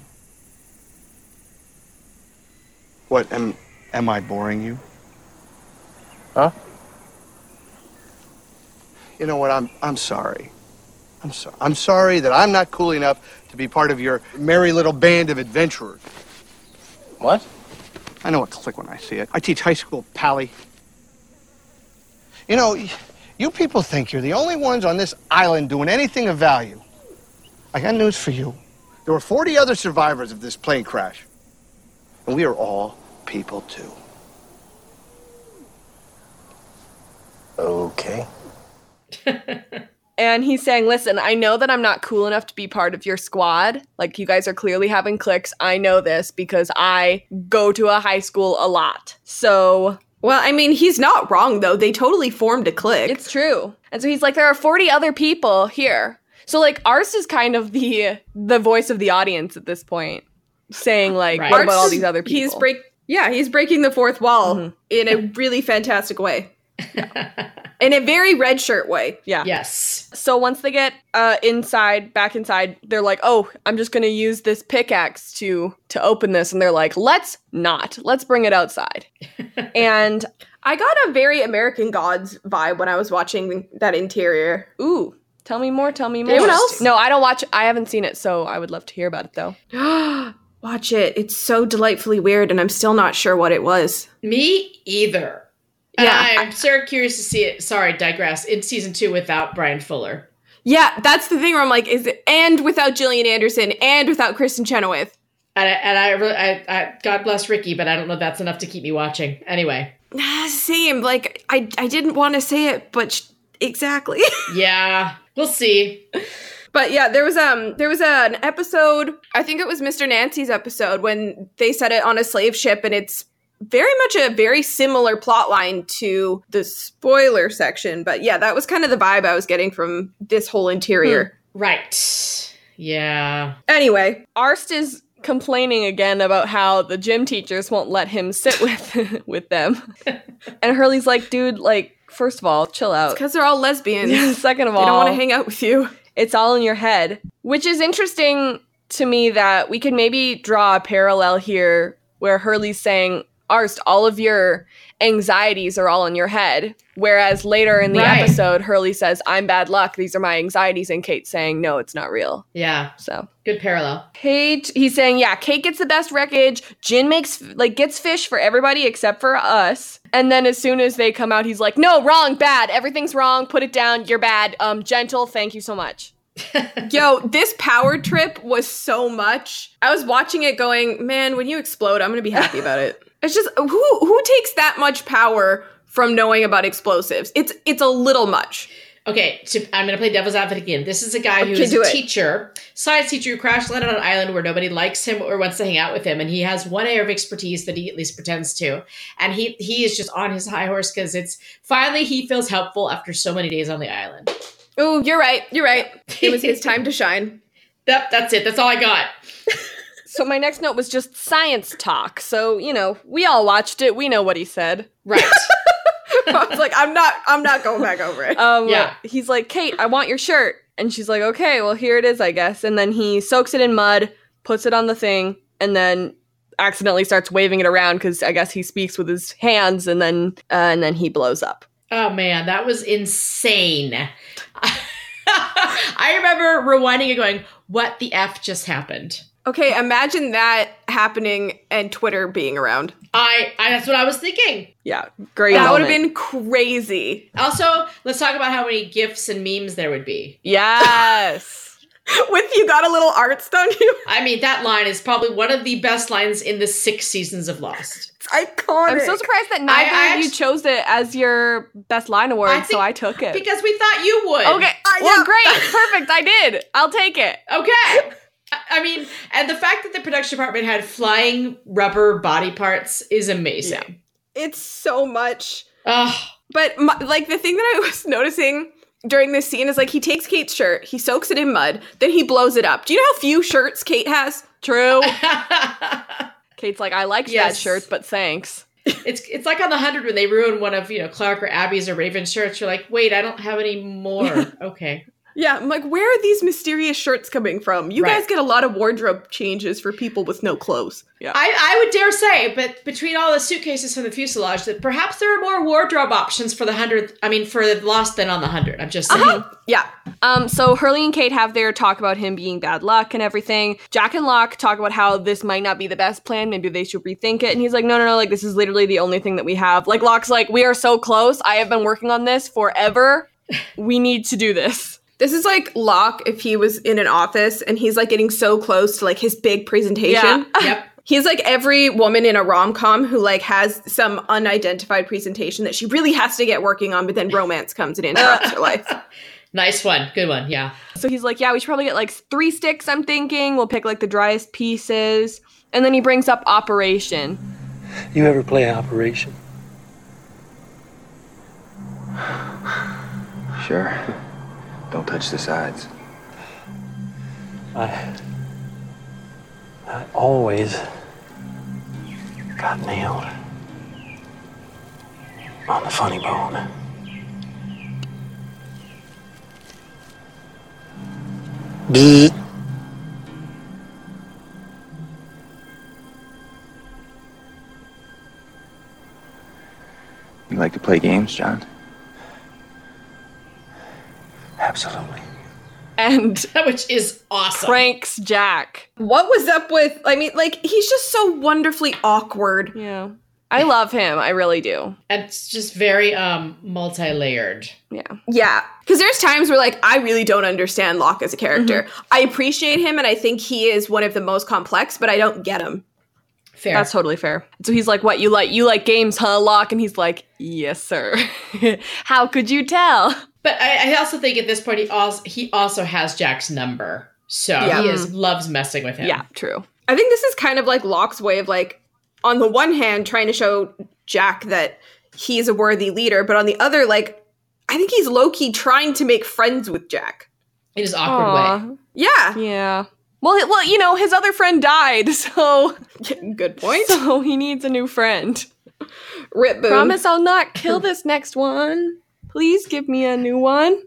G: What, am, am I boring you? Huh? You know what, I'm, I'm sorry. I'm, so, I'm sorry that I'm not cool enough to be part of your merry little band of adventurers. What? I know what to click when I see it. I teach high school, Pally. You know, you people think you're the only ones on this island doing anything of value. I got news for you. There were 40 other survivors of this plane crash. And we are all people, too.
J: Okay.
A: And he's saying, Listen, I know that I'm not cool enough to be part of your squad. Like, you guys are clearly having clicks. I know this because I go to a high school a lot. So
B: Well, I mean, he's not wrong though. They totally formed a clique.
A: It's true. And so he's like, there are 40 other people here. So like Arst is kind of the the voice of the audience at this point, saying like,
C: Right.
A: what
B: Art's
A: about all
B: just-
A: these other people?
B: He's break yeah, he's breaking the fourth wall in a really fantastic way. in a very red shirt way.
A: yeah.
C: Yes.
A: So once they get uh, inside, back inside, they're like, "Oh, I'm just gonna use this pickaxe to to open this," and they're like, "Let's not. Let's bring it
B: *laughs*
A: outside." and
B: I got a very American Gods vibe when I was watching that interior.
A: ooh, tell me more. Tell me more.
B: Anyone else?
A: No, I don't watch. I haven't seen it, so I would love to hear about it though.
B: *gasps* Watch it. It's so delightfully weird, and I'm still not sure what it was.
C: Me either. And
B: Yeah,
C: I'm so curious to see it. Sorry, digress. In season two without Brian Fuller.
B: Yeah, that's the thing where I'm like, is it and without Gillian Anderson and without Kristen Chenoweth?
C: And I, and I, really, I, I, God bless Ricky, but I don't know that's enough to keep me watching. Anyway,
B: Ah, *sighs* Same. Like, I I didn't want to say it, but sh- exactly. *laughs*
C: yeah, we'll see.
B: But yeah, there was um there was an episode, I think it was Mr. Nancy's episode when they set it on a slave ship and it's very much a very similar plot line to the spoiler section, but yeah, that was kind of the vibe I was getting from this whole interior.
C: Right.
B: Hmm.
C: Yeah.
B: Anyway,
A: Arst is complaining again about how the gym teachers won't let him sit with *laughs* with
B: *laughs*
A: them. And Hurley's like, dude, like, first of all, chill out.
B: because they're all
A: *laughs*
B: lesbians.
A: Second of
B: They
A: all,
B: don't want to hang out with you.
A: it's all in your head. Which is interesting to me that we could maybe draw a parallel here where Hurley's saying, Arst, all of your anxieties are all in your head. Whereas later in the
C: Right.
A: episode, Hurley says, I'm bad luck. These are my anxieties. And Kate's saying, no, it's not real.
C: Yeah.
A: So.
C: Good parallel.
A: Kate, he's saying, yeah, Kate gets the best wreckage. Jin makes like gets fish for everybody except for us. And then as soon as they come out, he's like, no, wrong, bad, everything's wrong. Put it down. You're bad. Um, gentle. Thank you so much.
B: Yo, this power trip was so much. I was watching it going, man, when you explode, I'm gonna be happy
A: *laughs*
B: about it. It's just who who takes that much power from knowing about explosives? It's it's a little much.
C: Okay, so I'm going to play devil's advocate again. This is a guy who
B: Okay,
C: is
B: do
C: a
B: it.
C: teacher, science teacher who crash landed on an island where nobody likes him or wants to hang out with him, and he has one area of expertise that he at least pretends to, and he he is just on his high horse because it's finally he feels helpful after so many days on the island.
B: Oh, you're right. You're right. It was his time to shine.
C: Yep, that's it. That's all I got.
A: So my next note was just science talk. So you know, we all watched it. We know what he said.
C: Right.
B: *laughs* *laughs* I was like, I'm not I'm not going back over it.
A: Um,
C: Yeah.
A: He's like, Kate, I want your shirt. And she's like, okay, well, here it is, I guess. And then he soaks it in mud, puts it on the thing, and then accidentally starts waving it around because I guess he speaks with his hands, and then uh, and then he blows up.
C: Oh man, that was insane. *laughs* I remember rewinding and going, "What the f just happened?"
B: okay, imagine that happening and Twitter being around.
C: I, I that's what I was thinking.
A: Yeah, great.
B: That would have
A: moment.
B: been crazy.
C: Also, let's talk about how many gifs and memes there would be.
A: yes.
B: With you got a little arts, don't you?
C: I mean, that line is probably one of the best lines in the six seasons of Lost.
B: It's
A: *laughs*
B: iconic.
A: I'm so surprised that neither
C: I
A: of you
C: actu-
A: chose it as your best line award,
C: I
A: so
C: think-
A: I took it.
C: Because we thought you would.
A: okay.
B: I
A: well,
B: know.
C: *laughs*
A: great. Perfect. I did. I'll take it.
C: Okay. I- I mean, and the fact that the production department had flying rubber body parts is amazing.
B: It's so much.
C: Ugh.
B: But my, like the thing that I *laughs* was noticing during this scene is like he takes Kate's shirt, he soaks it in mud, then he blows it up. Do you know how few shirts Kate has? *laughs*
A: True.
C: *laughs*
A: Kate's like, I liked
C: Yes.
A: that shirt, but thanks.
C: it's it's like on the hundred when they ruin one of you know Clark or Abby's or Raven's shirts. You're like, wait, I don't have
A: *laughs*
C: any more. okay.
B: Yeah, I'm like, where are these mysterious shirts coming from? You
C: Right.
B: guys get a lot of wardrobe changes for people with no clothes. Yeah.
C: I, I would dare say, but between all the suitcases from the fuselage, that perhaps there are more wardrobe options for the hundred. I mean, for the lost than on the hundred. I'm just saying.
A: Yeah. Um, so Hurley and Kate have their talk about him being bad luck and everything. Jack and Locke talk about how this might not be the best plan. Maybe they should rethink it. And he's like, no, no, no. Like, this is literally the only thing that we have. Like, Locke's like, we are so close. I have been working on this forever. We need to do this.
B: This is like Locke if he was in an office and he's like getting so close to like his big presentation.
A: Yeah.
C: Yep.
B: *laughs* He's like every woman in a rom com who like has some unidentified presentation that she really has to get working on, but then romance comes and interrupts her *laughs* life.
C: Nice one. Good one. Yeah. *laughs*
A: So he's like, yeah, we should probably get like three sticks, I'm thinking. We'll pick like the driest pieces. And then he brings up Operation.
J: You ever play Operation?
K: Sure. Don't touch the sides.
J: I. I always got nailed on the funny bone.
K: You like to play games, John?
J: Absolutely.
A: And
C: Which is awesome.
A: pranks Jack.
B: what was up with, I mean, like he's just so wonderfully awkward.
A: Yeah. I love him. I really do.
C: And it's just very um multi-layered.
B: Yeah. Because there's times where like I really don't understand Locke as a character. I appreciate him and I think he is one of the most complex, but I don't get him.
C: Fair.
A: That's totally fair. So he's like, "What you like? You like games, huh, Locke?" And he's like, "Yes, sir." *laughs* How could you tell?
C: but I, I also think at this point he also he also has Jack's number. So
B: Yeah.
C: he is loves messing with
A: Mm. Yeah,
C: him.
A: true.
B: I think this is kind of like Locke's way of like, on the one hand, trying to show Jack that he's a worthy leader, but on the other, like, I think he's low key trying to make friends with Jack.
C: In his awkward way.
A: Aw,
B: Yeah, *laughs*
A: Yeah. Well, it- well, you know, his other friend died, *laughs* so
B: good point.
A: so he needs a new friend.
B: Rip boom.
A: Promise I'll not kill this next one. Please give me a new
B: *laughs*
A: one.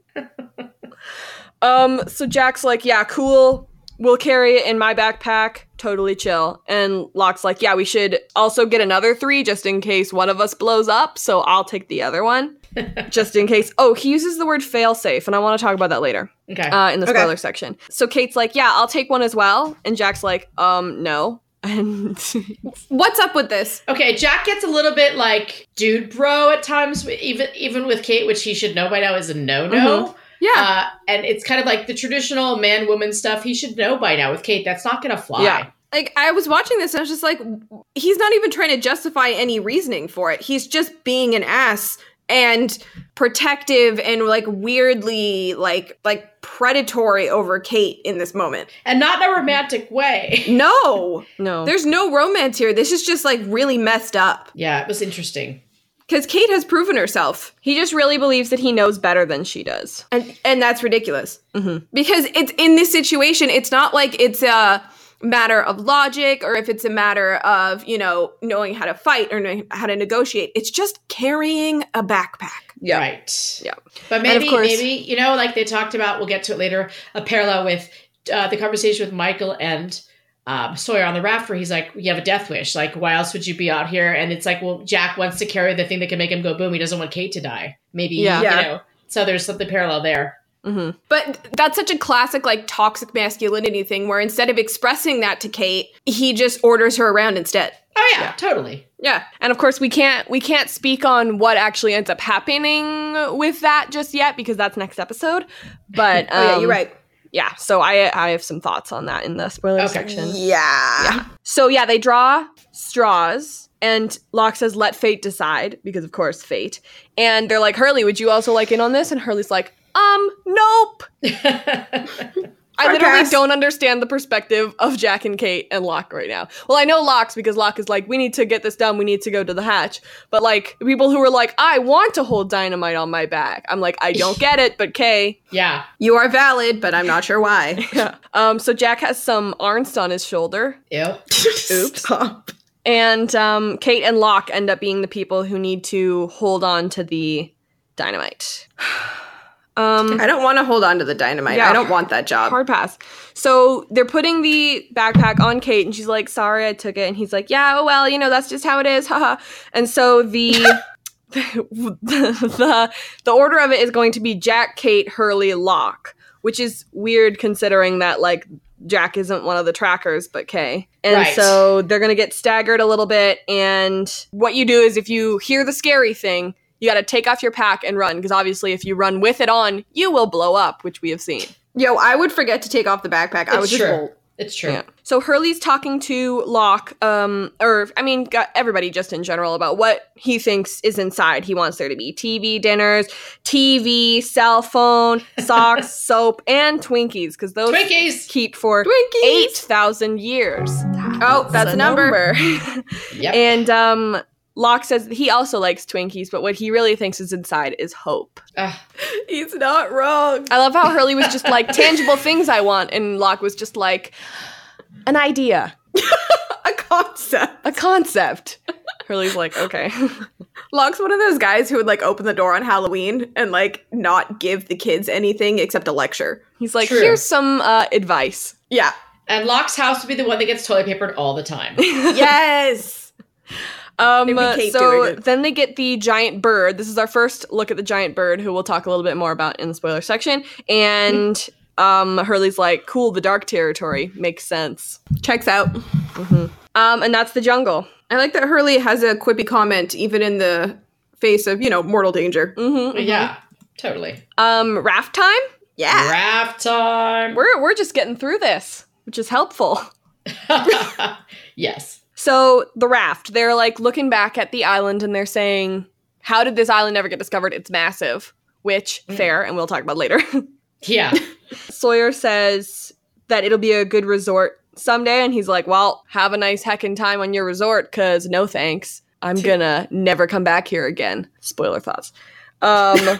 A: um, so Jack's like, yeah, cool. We'll carry it in my backpack. Totally chill. And Locke's like, yeah, we should also get another three just in case one of us blows up. So I'll take the other
B: *laughs*
A: one just in case. Oh, he uses the word failsafe, and I want to talk about that later
C: Okay.
A: uh, in the
B: Okay.
A: spoiler section. So Kate's like, yeah, I'll take one as well. And Jack's like, um, no. *laughs* And
B: What's up with this?
C: Okay, Jack gets a little bit like dude bro at times, even even with Kate, which he should know by now is a no no.
B: Yeah,
C: Uh, and it's kind of like the traditional man woman stuff he should know by now with Kate. That's not going to fly.
A: Yeah.
B: like I was watching this and I was just like, he's not even trying to justify any reasoning for it. He's just being an ass and protective and like weirdly like like predatory over Kate in this moment.
C: And not in a romantic way. *laughs*
B: No.
A: no.
B: There's no romance here. This is just like really messed up.
C: yeah, it was interesting.
B: Because Kate has proven herself.
A: He just really believes that he knows better than she does. Mm-hmm.
B: And and that's ridiculous. Because it's in this situation, it's not like it's a matter of logic or if it's a matter of, you know, knowing how to fight or knowing how to negotiate. It's just carrying a backpack.
A: Yeah.
C: Right.
A: Yeah.
C: But
A: of
C: maybe,
A: course-
C: maybe, you know, like they talked about, we'll get to it later, a parallel with uh, the conversation with Michael and um, Sawyer on the raft where he's like, you have a death wish. Like, why else would you be out here? And it's like, well, Jack wants to carry the thing that can make him go boom. He doesn't want Kate to die. Maybe,
A: Yeah.
C: you
B: Yeah.
C: know, so there's something parallel there.
B: But that's such a classic like toxic masculinity thing where instead of expressing that to Kate, he just orders her around instead.
C: Oh, yeah. totally.
A: Yeah. And of course we can't we can't speak on what actually ends up happening with that just yet because that's next episode. But
B: *laughs* oh yeah,
A: um,
B: you're right.
A: yeah, so I I have some thoughts on that in the spoiler
C: Okay.
A: section.
C: *laughs*
B: Yeah.
A: Yeah. So yeah, they draw straws and Locke says, let fate decide, because of course fate. And they're like, Hurley, would you also like in on this? And Hurley's like, um, nope. I literally
B: Sarcastic.
A: don't understand the perspective of Jack and Kate and Locke right now. Well, I know Locke's because Locke is like, we need to get this done. We need to go to the hatch. But like the people who are like, I want to hold dynamite on my back. I'm like, I don't get it, but Kay.
C: Yeah.
B: You are valid, but I'm not sure why.
A: *laughs*
B: *laughs*
A: Um, so Jack has some arnst on his shoulder.
C: Ew.
A: Oops. And um, Kate and Locke end up being the people who need to hold on to the dynamite. *sighs* Um,
B: I don't want to hold on to the dynamite.
A: Yeah.
B: I don't want that job.
A: Hard pass. So they're putting the backpack on Kate, and she's like, "Sorry, I took it." And he's like, "Yeah, oh well, you know that's just how it is." *laughs* Haha. And so the *laughs* the the order of it is going to be Jack, Kate, Hurley, Locke, which is weird considering that like Jack isn't one of the trackers, but Kay. And
C: Right.
A: so they're gonna get staggered a little bit. And what you do is if you hear the scary thing. You got to take off your pack and run because obviously, if you run with it on, you will blow up, which we have seen.
B: Yo, I would forget to take off the backpack. I would
C: It's
B: just
C: true.
B: roll.
C: It's true.
A: Yeah. So Hurley's talking to Locke, um, or I mean, got everybody just in general about what he thinks is inside. He wants there to be TV dinners, TV, cell
B: *laughs*
A: phone, socks, soap, and Twinkies because those
C: Twinkies.
A: keep for
B: Twinkies.
A: eight thousand years.
B: Oh, that's a number. *laughs*
A: *laughs*
C: Yep.
A: and um, Locke says that he also likes Twinkies, but what he really thinks is inside is hope.
C: Ugh.
B: He's not wrong.
A: I love how Hurley was just like tangible things I want, and Locke was just like an idea.
B: *laughs* A concept.
A: a
B: *laughs*
A: concept. Hurley's like, okay.
B: Locke's one of those guys who would like open the door on Halloween and like not give the kids anything except a lecture.
A: *laughs*
B: *laughs*
A: He's like,
C: True.
A: here's some uh, advice.
B: Yeah.
C: and Locke's house would be the one that gets toilet papered all
A: *laughs*
C: the time.
B: yes.
A: Um,
B: Maybe Kate
A: so
B: doing it.
A: then they get the giant bird. This is our first look at the giant bird, who we'll talk a little bit more about in the spoiler section. And um, Hurley's like, cool, the dark territory makes sense.
B: Checks out.
A: Um, and that's the jungle.
B: I like that Hurley has a quippy comment even in the face of, you know, mortal danger.
A: Mm-hmm.
C: yeah. Totally.
A: Um, raft time.
B: Yeah.
C: Raft time.
A: We're we're just getting through this, which is helpful. *laughs*
C: *laughs* yes.
A: So the raft, they're like looking back at the island and they're saying, How did this island ever get discovered? It's massive, which fair, and we'll talk about later. *laughs*
C: Yeah.
A: Sawyer says that it'll be a good resort someday, and he's like, Well, have a nice heckin' time on your resort, cause no thanks. I'm gonna never come back here again. Spoiler thoughts. Um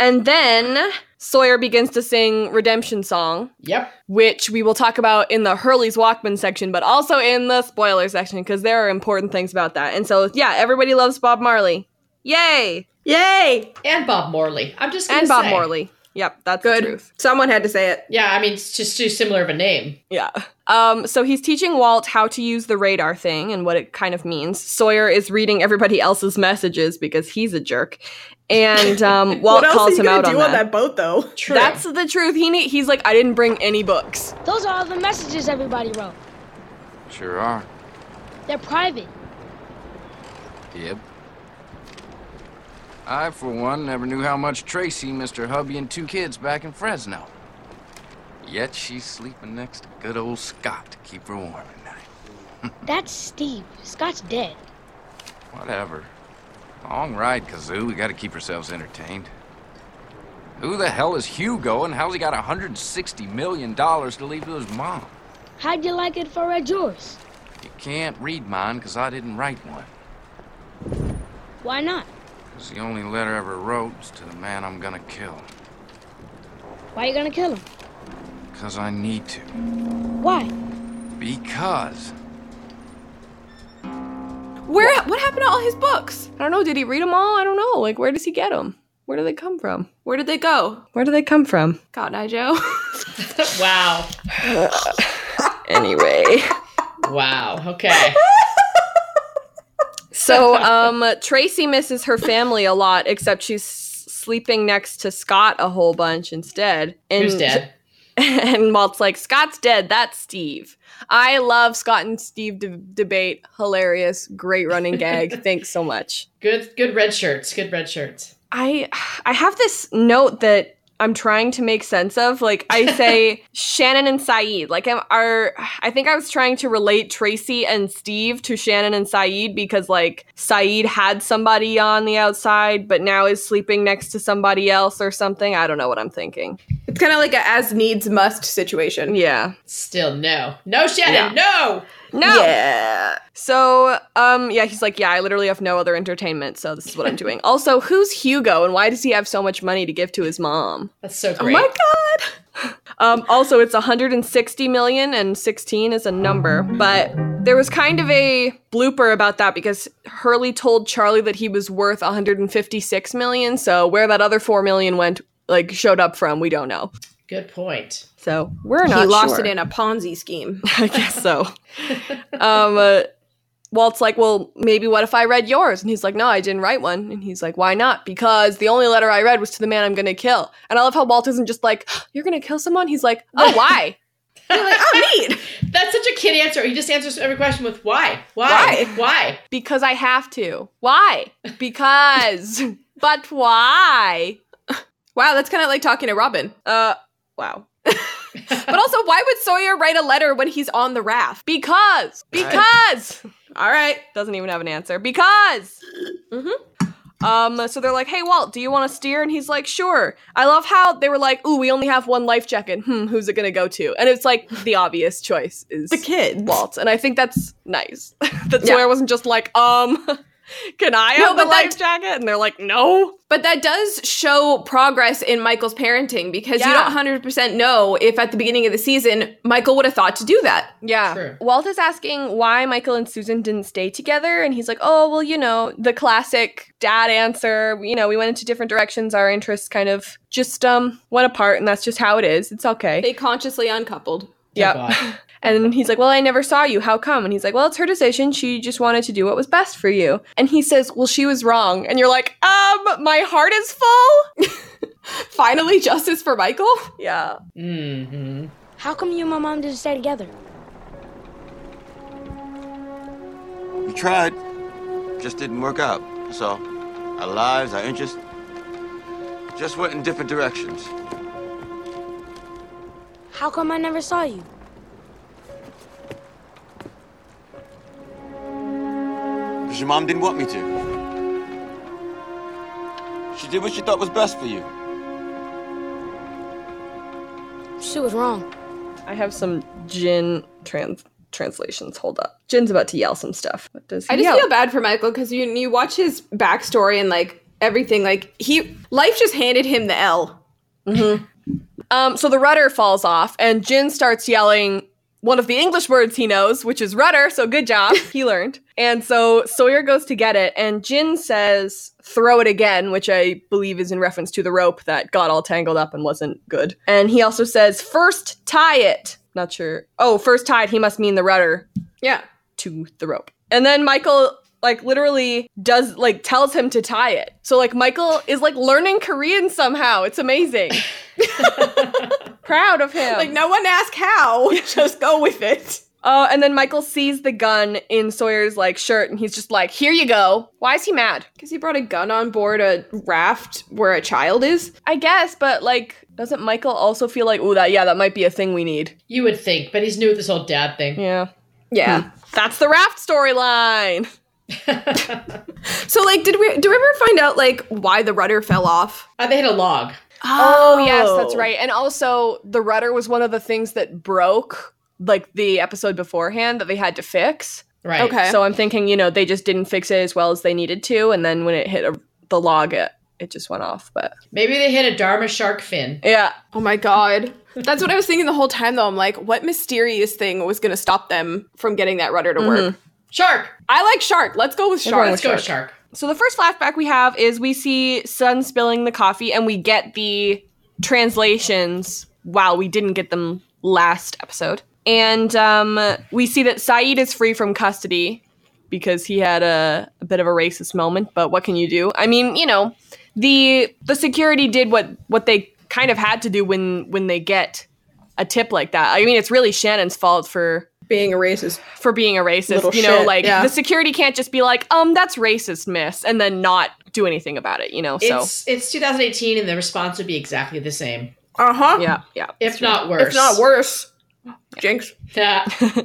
A: And then Sawyer begins to sing Redemption Song
C: Yep.
A: which we will talk about in the Hurley's Walkman section, but also in the spoiler section because there are important things about that. And so, yeah, everybody loves Bob Marley. Yay!
B: Yay.
C: And Bob Morley. I'm just gonna
A: And Bob
C: say.
A: Marley. Yep, that's
B: Good.
A: the truth.
B: Someone had to say it.
C: Yeah, I mean, it's just too similar of a name.
A: Yeah. Um, so he's teaching Walt how to use the radar thing and what it kind of means. Sawyer is reading everybody else's messages because he's a jerk, and
B: *laughs*
A: um, Walt
B: what else
A: calls
B: are you
A: him
B: gonna
A: out
B: do
A: on that.
B: boat though?
C: True.
A: That's the truth. He ne- he's like, I didn't bring any books.
L: Those are all the messages everybody wrote.
K: Sure are.
L: They're private.
K: Yep. I, for one, never knew how much Tracy missed her hubby and two kids back in Fresno. Yet she's sleeping next to good old Scott to keep her warm at night. *laughs*
L: That's Steve. Scott's dead.
K: Whatever. Long ride, Kazoo. We gotta keep ourselves entertained. Who the hell is Hugo and how's he got $160 million to leave to his mom?
L: How'd you like it if I read yours?
K: You can't read mine because I didn't write one.
L: Why not?
K: Because the only letter I ever wrote was to the man I'm gonna kill.
L: Why you gonna kill him?
K: Because I need to.
L: Why?
K: Because.
A: Where what happened to all his books? I don't know. Did he read them all? I don't know. Like where does he get them? Where do they come from?
B: Where did they go?
A: Where do they come from?
B: Got
A: *laughs*
B: an Joe.
C: wow.
A: Anyway.
C: Wow.
A: *laughs*
C: Okay.
A: so um Tracy misses her family a lot except she's sleeping next to Scott a whole bunch instead. And
C: Who's dead?
A: *laughs* and Walt's like, Scott's dead. That's Steve. I love Scott and Steve de- debate. Hilarious. Great running *laughs* gag. Thanks so much.
C: Good. Good red shirts. Good red shirts.
A: I I have this note that I'm trying to make sense of. Like I say Shannon and Saeed. Like I'm are I think I was trying to relate Tracy and Steve to Shannon and Saeed because like Saeed had somebody on the outside but now is sleeping next to somebody else or something. I don't know what I'm thinking.
B: It's kind of like a as needs must situation.
A: Yeah.
C: Still no. No, Shannon, no.
A: No. Yeah. So, um, yeah, he's like, yeah, I literally have no other entertainment, so this is what I'm doing. also, who's Hugo and why does he have so much money to give to his mom?
C: That's so
A: Oh
C: great.
A: my god. Um, also, it's 160 million and 16 is a number, but there was kind of a blooper about that because Hurley told Charlie that he was worth 156 million. So where that other four million went, like showed up from, we don't know.
C: Good point.
A: So we're not.
B: he lost
A: sure.
B: it in a Ponzi scheme.
A: *laughs* I guess so. um, uh, Walt's like, well, maybe what if I read yours? And he's like, no, I didn't write one. And he's like, why not? Because the only letter I read was to the man I'm going to kill. And I love how Walt isn't just like, you're going to kill someone. He's like, oh, why?
C: You're
B: like, oh, neat.
C: That's such a kid answer. He just answers every question with why, why, why.
A: Because I have to. Why? Because. *laughs* but why?
B: Wow, that's kind of like talking to Robin.
A: Uh, wow. *laughs*
B: But also, why would Sawyer write a letter when he's on the raft?
A: Because. Because.
B: All right.
A: Doesn't even have an answer. Because. Um, so they're like, "Hey, Walt, do you want to steer?" And he's like, "Sure." I love how they were like, "Ooh, we only have one life jacket. Hmm, who's it gonna go to?" And it's like the obvious choice is
B: The kid.
A: Walt, and I think that's nice. *laughs* that
B: Yeah.
A: Sawyer wasn't just like, "Um, *laughs* can I
B: No,
A: have
B: but
A: the life
B: that-
A: jacket?" And they're like, "No."
B: But that does show progress in Michael's parenting because you
A: Yeah.
B: don't 100% know if at the beginning of the season Michael would have thought to do that.
A: Yeah.
C: True.
A: Walt is asking why Michael and Susan didn't stay together. And he's like, oh, well, you know, the classic dad answer. You know, we went into different directions. Our interests kind of just um went apart. And that's just how it is. It's okay.
B: They consciously uncoupled.
A: Yep.
C: God.
A: and he's like, well, I never saw you. How come? And he's like, well, it's her decision. She just wanted to do what was best for you. And he says, well, she was wrong. And you're like, um, my heart is full. *laughs*
B: Finally, justice for Michael?
A: yeah.
C: Mm-hmm.
L: How come you and my mom didn't stay together?
M: We tried, just didn't work out. So, our lives, our interests, just went in different directions.
L: How come I never saw you?
M: Because your mom didn't want me to. She did what she thought was best for you.
L: She was wrong.
A: I have some gin trans translations. Hold up. Jin's about to yell some stuff. What does he
B: I just
A: yell?
B: feel bad for Michael because you you watch his backstory and like everything like he life just handed him the L.
A: Um, so the rudder falls off, and Jin starts yelling one of the English words he knows, which is rudder. So good
B: *laughs*
A: job, he learned. And so Sawyer goes to get it, and Jin says, "Throw it again," which I believe is in reference to the rope that got all tangled up and wasn't good. And he also says, first tie it." Not sure. Oh, first tied. He must mean the rudder
B: Yeah.
A: to the rope. And then Michael like literally does like tells him to tie it. So like Michael is like learning Korean somehow. It's
B: *laughs*
A: amazing. *laughs* Proud of him.
B: Like no one ask *laughs* how, just go with it.
A: Uh, and then Michael sees the gun in Sawyer's like shirt, and he's just like, "Here you go." Why is he mad?
B: Because he brought a gun on board a raft where a child is.
A: I guess, but like, doesn't Michael also feel like, "Ooh, that yeah, that might be a thing we need."
C: You would think, but he's new at this whole dad thing.
A: Yeah,
B: Yeah.
A: Hmm. that's the raft *laughs* storyline.
B: So like did we do we ever find out like why the rudder fell off?
C: Uh, they hit a log.
A: Oh. yes, that's right. And also, the rudder was one of the things that broke like the episode beforehand that they had to fix.
C: Right.
B: Okay.
A: So I'm thinking, you know, they just didn't fix it as well as they needed to, and then when it hit a, the log, it it just went off. But
C: Maybe they hit a Dharma shark fin.
A: yeah,
B: Oh my god. That's what I was thinking the whole time though. I'm like, what mysterious thing was gonna stop them from getting that rudder to work?
C: Shark.
B: I like shark. Let's go with shark.
C: Let's go shark.
A: So the first flashback we have is we see Sun spilling the coffee, and we get the translations. Wow, we didn't get them last episode. And um, we see that Saeed is free from custody because he had a, a bit of a racist moment. But what can you do? I mean, you know, the the security did what what they kind of had to do when when they get a tip like that. I mean, it's really Shannon's fault for
B: Being a racist.
A: for being a racist.
B: Little
A: you know,
B: shit,
A: like
B: yeah.
A: the security can't just be like, um, that's racist, miss, and then not do anything about it, you know? So
C: It's it's 2018, and the response would be exactly the same,
A: Uh
B: Uh-huh.
A: huh. Yeah, yeah.
C: if not worse.
A: If not worse. Jinx.
C: *laughs*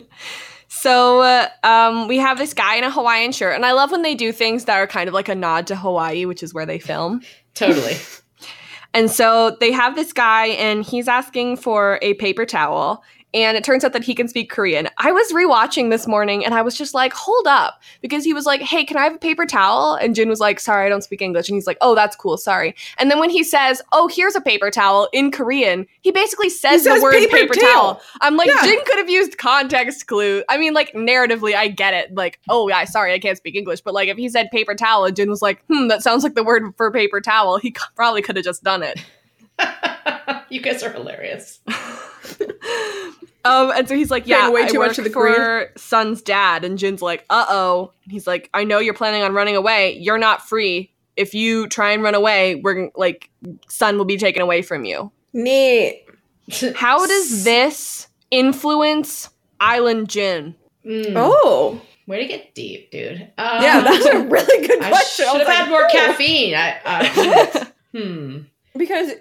A: so uh, um, we have this guy in a Hawaiian shirt, and I love when they do things that are kind of like a nod to Hawaii, which is where they film.
C: Totally. *laughs*
A: and so they have this guy, and he's asking for a paper towel. And it turns out that he can speak Korean. I was rewatching this morning and I was just like, hold up. Because he was like, hey, can I have a paper towel? And Jin was like, sorry, I don't speak English. And he's like, oh, that's cool, sorry. And then when he says, oh, here's a paper towel in Korean, he basically says,
B: says
A: the word
B: paper
A: paper,
B: towel.
A: towel. I'm like,
B: Yeah.
A: Jin could have used context clue. I mean, like, narratively, I get it. Like, oh, yeah, sorry, I can't speak English. But, like, if he said paper towel and Jin was like, hmm, that sounds like the word for paper towel, he *laughs* c- probably could have just done it.
C: you guys are hilarious.
A: Um, and so he's like,
B: Paying
A: yeah,
B: way
A: I
B: too
A: work
B: much to the
A: for
B: Korean."
A: son's dad. And Jin's like, uh-oh. And he's like, I know you're planning on running away. You're not free. If you try and run away, we're, gon- like, son will be taken away from you.
B: Neat.
A: How does this influence Island Jin? Hmm.
B: Oh.
C: mm, Way to get deep, dude. Um,
B: Yeah,
A: Uh-huh.
B: that's a really good
C: I
B: question. I
C: should
B: was
C: have
B: like,
C: had more
B: "Ooh."
C: caffeine. I, I, *laughs* hmm.
B: Because,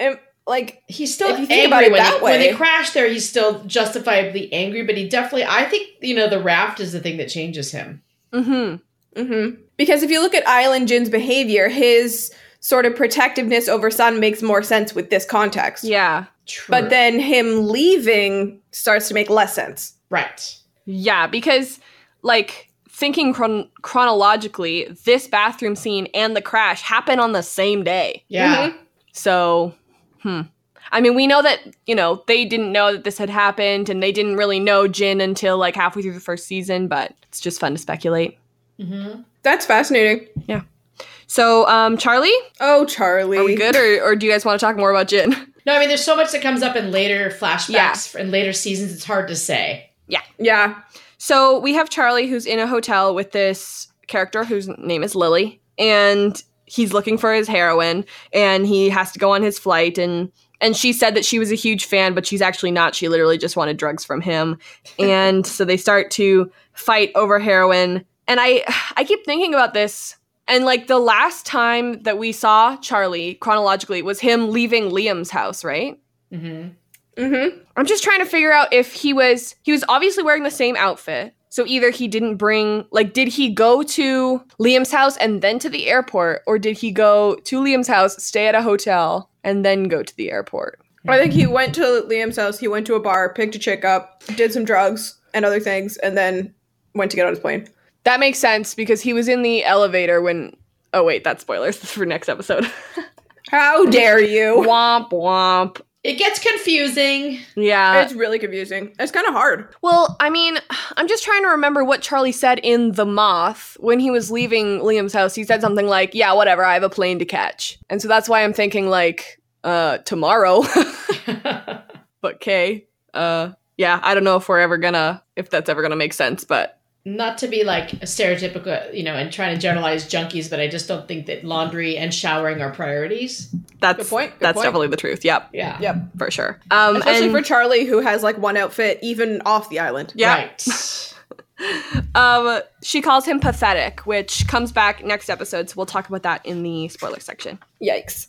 B: um, like,
C: he's still
B: if you think
C: angry
B: about it
C: when,
B: that
C: he, when
B: way.
C: they crash there. He's still justifiably angry, but he definitely. I think you know the raft is the thing that changes him.
B: Mm-hmm. Mm-hmm. Because if you look at Island Jin's behavior, his sort of protectiveness over Sun makes more sense with this context.
A: Yeah.
B: But then him leaving starts to make less sense.
C: Right.
A: Yeah, because like thinking chron- chronologically, this bathroom scene and the crash happen on the same day.
C: Yeah.
A: So, hmm. I mean, we know that, you know, they didn't know that this had happened and they didn't really know Jin until like halfway through the first season, but it's just fun to speculate.
C: Mm-hmm.
B: That's fascinating.
A: Yeah. So, um, Charlie?
B: Oh, Charlie.
A: Are we good or, or do you guys want to talk more about Jin? *laughs*
C: No, I mean there's so much that comes up in later flashbacks and later seasons. It's hard to say.
A: Yeah.
B: Yeah.
A: So we have Charlie who's in a hotel with this character whose name is Lily, and he's looking for his heroine, and he has to go on his flight and and she said that she was a huge fan, but she's actually not. She literally just wanted drugs from him. And so they start to fight over heroin. And I I keep thinking about this. And like the last time that we saw Charlie chronologically was him leaving Liam's house, right?
C: Mm-hmm.
B: Mm-hmm.
A: I'm just trying to figure out if he was he was obviously wearing the same outfit. So either he didn't bring like did he go to Liam's house and then to the airport or did he go to Liam's house, stay at a hotel and then go to the airport?
B: I think he went to Liam's house, he went to a bar, picked a chick up, did some drugs and other things, and then went to get on his plane.
A: That makes sense because he was in the elevator when Oh wait, that's spoilers *laughs* for next episode.
B: How dare you?
A: womp womp.
C: It gets confusing. *laughs*
A: Yeah.
B: it's really confusing. It's kind of hard.
A: Well, I mean, I'm just trying to remember what Charlie said in The Moth when he was leaving Liam's house. He said something like, "Yeah, whatever, I have a plane to catch." And so that's why I'm thinking like, uh, tomorrow. *laughs* but Kay, uh, yeah, I don't know if we're ever gonna if that's ever gonna make sense, but
C: Not to be like a stereotypical, you know, and trying to generalize junkies, but I just don't think that laundry and showering are priorities.
A: that's
B: Good point, good
A: that's
B: point.
A: definitely the truth. Yep.
C: Yeah.
B: Yep.
A: For sure. Um
B: Especially
A: and-
B: for Charlie, who has like one outfit even off the island.
A: yeah.
C: Right.
A: Um she calls him pathetic, which comes back next episode, so we'll talk about that in the spoiler section.
B: Yikes.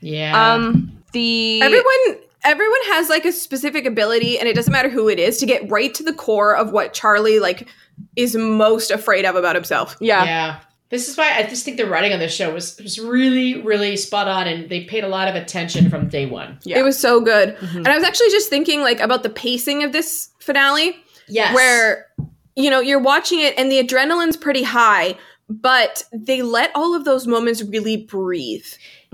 C: Yeah.
A: Um the
B: Everyone everyone has like a specific ability and it doesn't matter who it is to get right to the core of what Charlie like is most afraid of about himself.
A: yeah.
C: Yeah. This is why I just think the writing on this show was, was really, really spot on, and they paid a lot of attention from day one.
A: Yeah. Mm-hmm.
B: It was so good. And I was actually just thinking like about the pacing of this finale
C: Yes.
B: where you know, you're watching it and the adrenaline's pretty high, but they let all of those moments really breathe.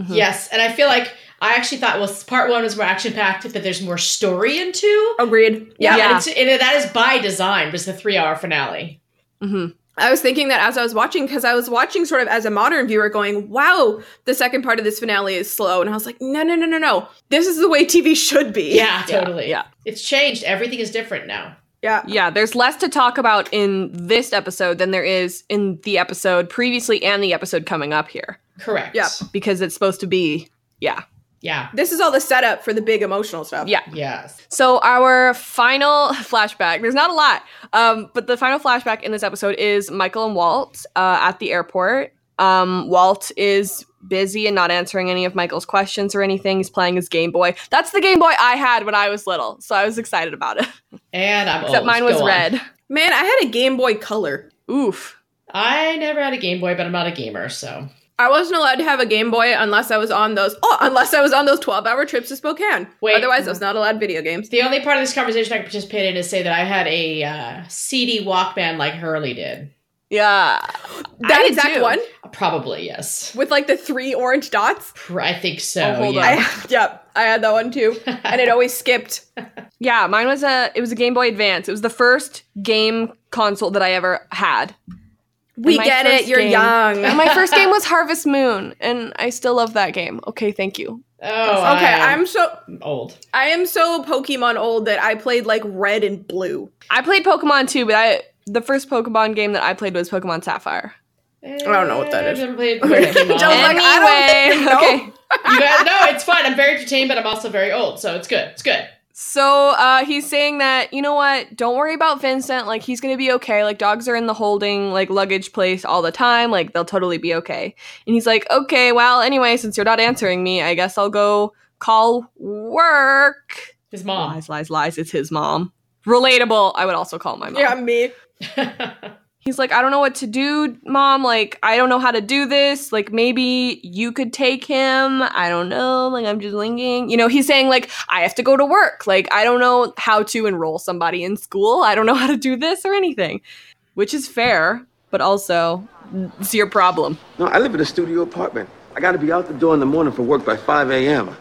C: Yes, and I feel like I actually thought well, part one was more action packed, but there's more story in two.
B: Agreed. Yeah.
A: Yeah.
C: and, it's, and that is by design. Was the three hour finale?
A: Mm-hmm.
B: I was thinking that as I was watching, because I was watching sort of as a modern viewer going, wow, the second part of this finale is slow. And I was like, no, no, no, no, no. This is the way TV should be.
C: Yeah, totally.
A: yeah.
C: it's changed. Everything is different now.
B: Yeah.
A: Yeah, there's less to talk about in this episode than there is in the episode previously and the episode coming up here
C: Correct.
B: Yep.
A: because it's supposed to be, yeah.
C: Yeah.
B: This is all the setup for the big emotional stuff.
A: Yeah.
C: Yes.
A: So our final flashback, there's not a lot, um, but the final flashback in this episode is Michael and Walt uh, at the airport. Um, Walt is busy and not answering any of Michael's questions or anything. He's playing his Game Boy. That's the Game Boy I had when I was little, so I was excited about it.
C: And I'm
A: Except
C: old.
A: mine was
C: Go Oh, on.
A: red.
B: Man, I had a Game Boy Color.
A: Oof.
C: I never had a Game Boy, but I'm not a gamer, so.
B: I wasn't allowed to have a Game Boy unless I was on those oh, unless I was on those twelve hour trips to Spokane.
C: Wait.
B: Otherwise I was not allowed video games.
C: The only part of this conversation I can participate in is say that I had a uh, CD Walkman like Hurley did.
A: Yeah.
B: That exact one?
C: Probably, yes.
B: With like the three orange dots.
C: Pr- I think so.
B: hold
C: yeah.
B: on. I, *laughs* yep, I had that one too, and it always skipped.
A: Yeah, mine was a it was a Game Boy Advance. It was the first game console that I ever had.
B: We
A: And my
B: get it,
A: first
B: you're young.
A: And my first game was Harvest Moon, and I still love that game. Okay, thank you.
C: Oh,
B: okay,
C: I-
B: I'm so
C: I'm old.
B: I am so Pokemon old that I played like Red and Blue.
A: I played Pokemon too, but I the first Pokemon game that I played was Pokemon Sapphire.
C: I
B: don't know what that is.
C: I've never played Pokemon.
A: like, I don't think-
B: Anyway,
A: okay.
C: you guys, no, it's fine. I'm very entertained, but I'm also very old, so it's good. It's good.
A: So uh, he's saying that you know what? Don't worry about Vincent. Like he's gonna be okay. Like dogs are in the holding like luggage place all the time. Like they'll totally be okay. And he's like, okay, well, anyway, since you're not answering me, I guess I'll go call work.
C: His mom.
A: Lies, lies, lies. It's his mom. Relatable. I would also call my mom.
B: Yeah, me.
A: He's like, I don't know what to do, mom. Like, I don't know how to do this. Like, maybe you could take him. I don't know. Like, I'm just linking. You know, he's saying, like, I have to go to work. Like, I don't know how to enroll somebody in school. I don't know *laughs* how to do this or anything, which is fair, but also, it's your problem.
M: No, I live in a studio apartment. I gotta be out the door in the morning for work by 5 a.m.